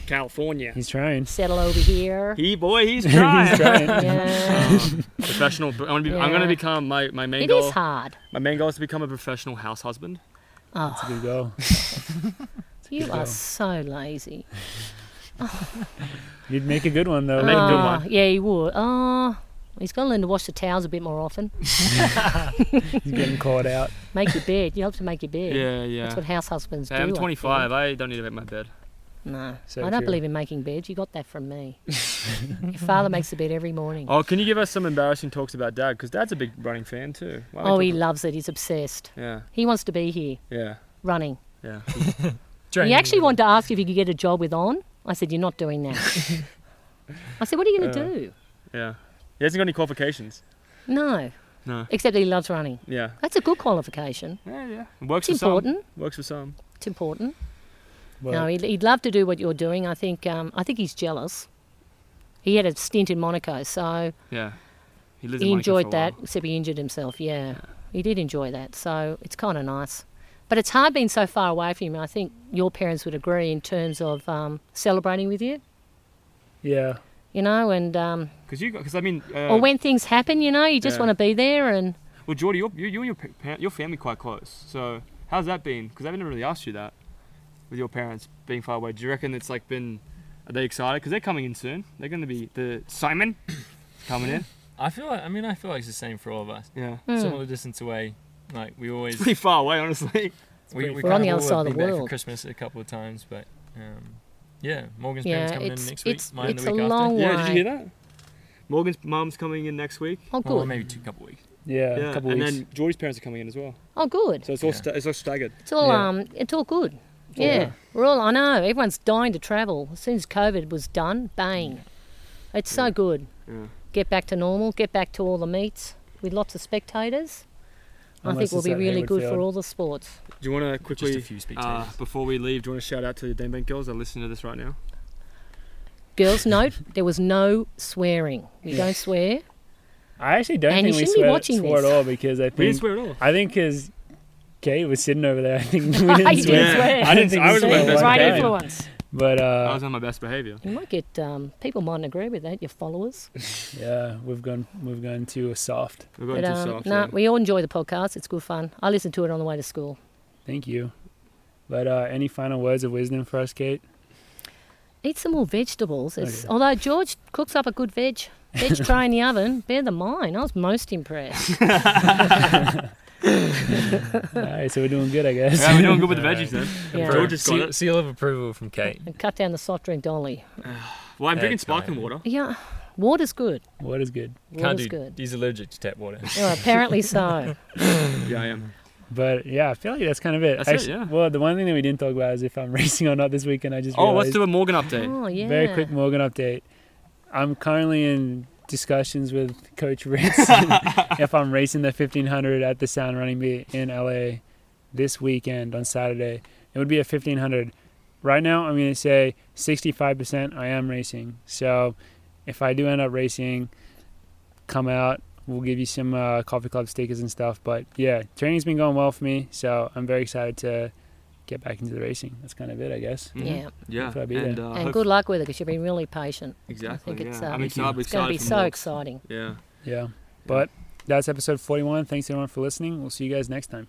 B: California.
A: he's trying.
D: settle over here.
B: He boy, he's trying.
A: He's trying.
D: Yeah.
B: Um, professional. I wanna be, I'm gonna
D: Yeah.
B: become my my main
D: it
B: goal.
D: is hard.
B: My main goal is to become a professional house husband.
A: It's
D: Oh,
A: a good goal.
D: you
A: goal.
D: are so lazy.
A: You'd make a good one though.
B: I made a good
D: Ah,
B: one.
D: Yeah, you would. Oh, He's got to learn to wash the towels a bit more often.
A: He's getting caught out.
D: Make your bed. You have to make your bed.
B: Yeah, yeah.
D: That's what house husbands
B: Hey,
D: do. I
B: I'm
D: feel.
B: 25. I don't need to make my bed.
D: No,
A: So
D: I don't
A: true.
D: believe in making beds. You got that from me. Your father makes the bed every morning.
B: Oh, can you give us some embarrassing talks about Dad? Because Dad's a big running fan too. Why don't
D: Oh,
B: we
D: he
B: talk-
D: loves it. He's obsessed.
B: Yeah,
D: He wants to be here
B: yeah,
D: running.
B: yeah.
D: He actually wanted to ask if he could get a job with On. I said, You're not doing that. I said, What are you going to
B: Uh.
D: do?
B: Yeah. He hasn't got any qualifications.
D: No,
B: No.
D: except that he loves running.
B: Yeah.
D: That's a good qualification.
B: Yeah, yeah. Works
D: It's
B: for
D: important.
B: some. Works for some.
D: It's important.
A: Well,
D: no, he'd, he'd love to do what you're doing. I think. Um, I think he's jealous. He had a stint in Monaco, so
B: Yeah. He lives
D: he
B: in Monaco for a
D: enjoyed that.
B: while.
D: Except he injured himself. Yeah, he did enjoy that. So it's kind of nice. But it's hard being so far away from him. I think your parents would agree in terms of um, celebrating with you,
A: yeah.
D: you know, and um,
B: Cause you, got- cause I mean, uh,
D: or when things happen, you know, you just
B: yeah.
D: want to be there and.
B: well, Geordie, you're, you, you and your pa- pa- your family quite close. So how's that been? Because I've never really asked you that with your parents being far away. Do you reckon it's like been? Are they excited? Because they're coming in soon. They're going to be the Simon coming in.
C: I feel like I mean I feel like it's the same for all of us.
B: Yeah.
D: Mm.
C: Similar distance away. Like we always
B: Pretty far away, honestly.
C: we, we
D: We're
C: kinda
D: on the other
C: will
D: side of
C: be
D: the
C: back for
D: world.
C: Christmas a couple of times, but um, yeah, Morgan's parents
D: Yeah,
C: coming
D: it's
C: in next week.
D: it's
C: mine
D: it's
C: the
D: a
C: week
D: long
C: after.
D: way.
B: Yeah. Did you hear that? Morgan's mom's coming in next week.
D: Oh
C: Well,
D: good.
C: maybe two couple weeks.
A: Yeah.
B: Yeah,
A: A couple
B: and
A: weeks.
B: then Geordie's parents are coming in as well.
D: Oh good.
B: So it's all
C: Yeah.
B: sta- it's all staggered.
D: It's all
A: Yeah.
D: um, it's all good.
B: all
D: Yeah,
B: good.
D: we're all. I know everyone's dying to travel. As soon as COVID was done, bang, it's so good.
B: Yeah.
D: Get back to normal. Get back to all the meets with lots of spectators. I
A: Unless
D: think we'll
A: it's
D: be
A: at
D: really
A: Hayward
D: good for
A: Field.
D: all the sports.
B: Do you want to quickly,
C: Just a few speak
B: uh,
C: tables.
B: before we leave, do you want to shout out to the Dame Bank girls that are listening to this right now?
D: Girls, note there was no swearing. We don't swear.
A: I actually don't
D: And
A: think
D: you
A: we
D: shouldn't be
A: swear,
D: watching
A: swore at
D: this.
A: all because I
B: We didn't
A: think
B: swear at all.
A: I think because Kate was sitting over there. I think we didn't
D: You didn't
A: swear.
D: swear.
A: I didn't think
B: I
A: we
B: was
A: swear
B: my best
A: one time.
D: right
B: behavior.
D: influence.
A: But
B: I
A: uh,
B: was on my best behavior.
D: You might get um, people mightn't agree with that. Your followers.
A: yeah, we've gone we've gone too soft.
B: We're
D: But
B: going too
D: um,
B: soft.
D: no,
B: yeah.
D: we all enjoy the podcast. It's good fun. I listen to it on the way to school.
A: Thank you. But uh, any final words of wisdom for us, Kate?
D: Eat some more vegetables. It's,
A: Okay.
D: Although George cooks up a good veg veg tray in the oven, better than mine. I was most impressed.
A: all right, so we're doing good, I guess.
B: yeah, we're doing good with the
C: All
B: veggies then.
D: Yeah.
B: George has got
C: seal,
B: it.
C: seal of approval from Kate.
D: And cut down the soft drink dolly.
B: Well, I'm drinking
C: That's fine.
B: sparkling water.
D: Yeah, water's good.
A: What is good?
C: Can't
D: Water's
C: do.
D: good.
C: He's allergic to tap water.
D: Well, apparently so.
B: Yeah, I am.
A: But yeah, I feel like that's kind of it.
B: That's it,
A: Actu-
B: yeah.
A: Well, the one thing that we didn't talk about is if I'm racing or not this weekend. I just
B: Oh, let's
A: realized-
B: do a Morgan update.
D: Oh yeah.
A: Very quick Morgan update. I'm currently in discussions with Coach Ritz if I'm racing the 1500 at the Sound Running Meet in LA this weekend on Saturday. It would be a 1500. Right now, I'm going to say 65% I am racing. So if I do end up racing, come out. We'll give you some uh, coffee club stickers and stuff. But yeah, training's been going well for me. So I'm very excited to get back into the racing. That's kind of it, I guess.
B: Mhm.
D: Mm-hmm. Yeah,
B: Yeah.
A: Hopefully I'll be there.
B: And, uh,
C: Mm-hmm.
D: and
B: hope-
D: good luck with it because you've been really patient.
B: Exactly.
D: think it's,
B: yeah.
D: uh,
B: I'm excited. we're
D: It's going to be
B: excited for
D: so
B: more.
D: exciting.
B: Yeah.
A: Yeah. But that's episode 41. Thanks everyone for listening. We'll see you guys next time.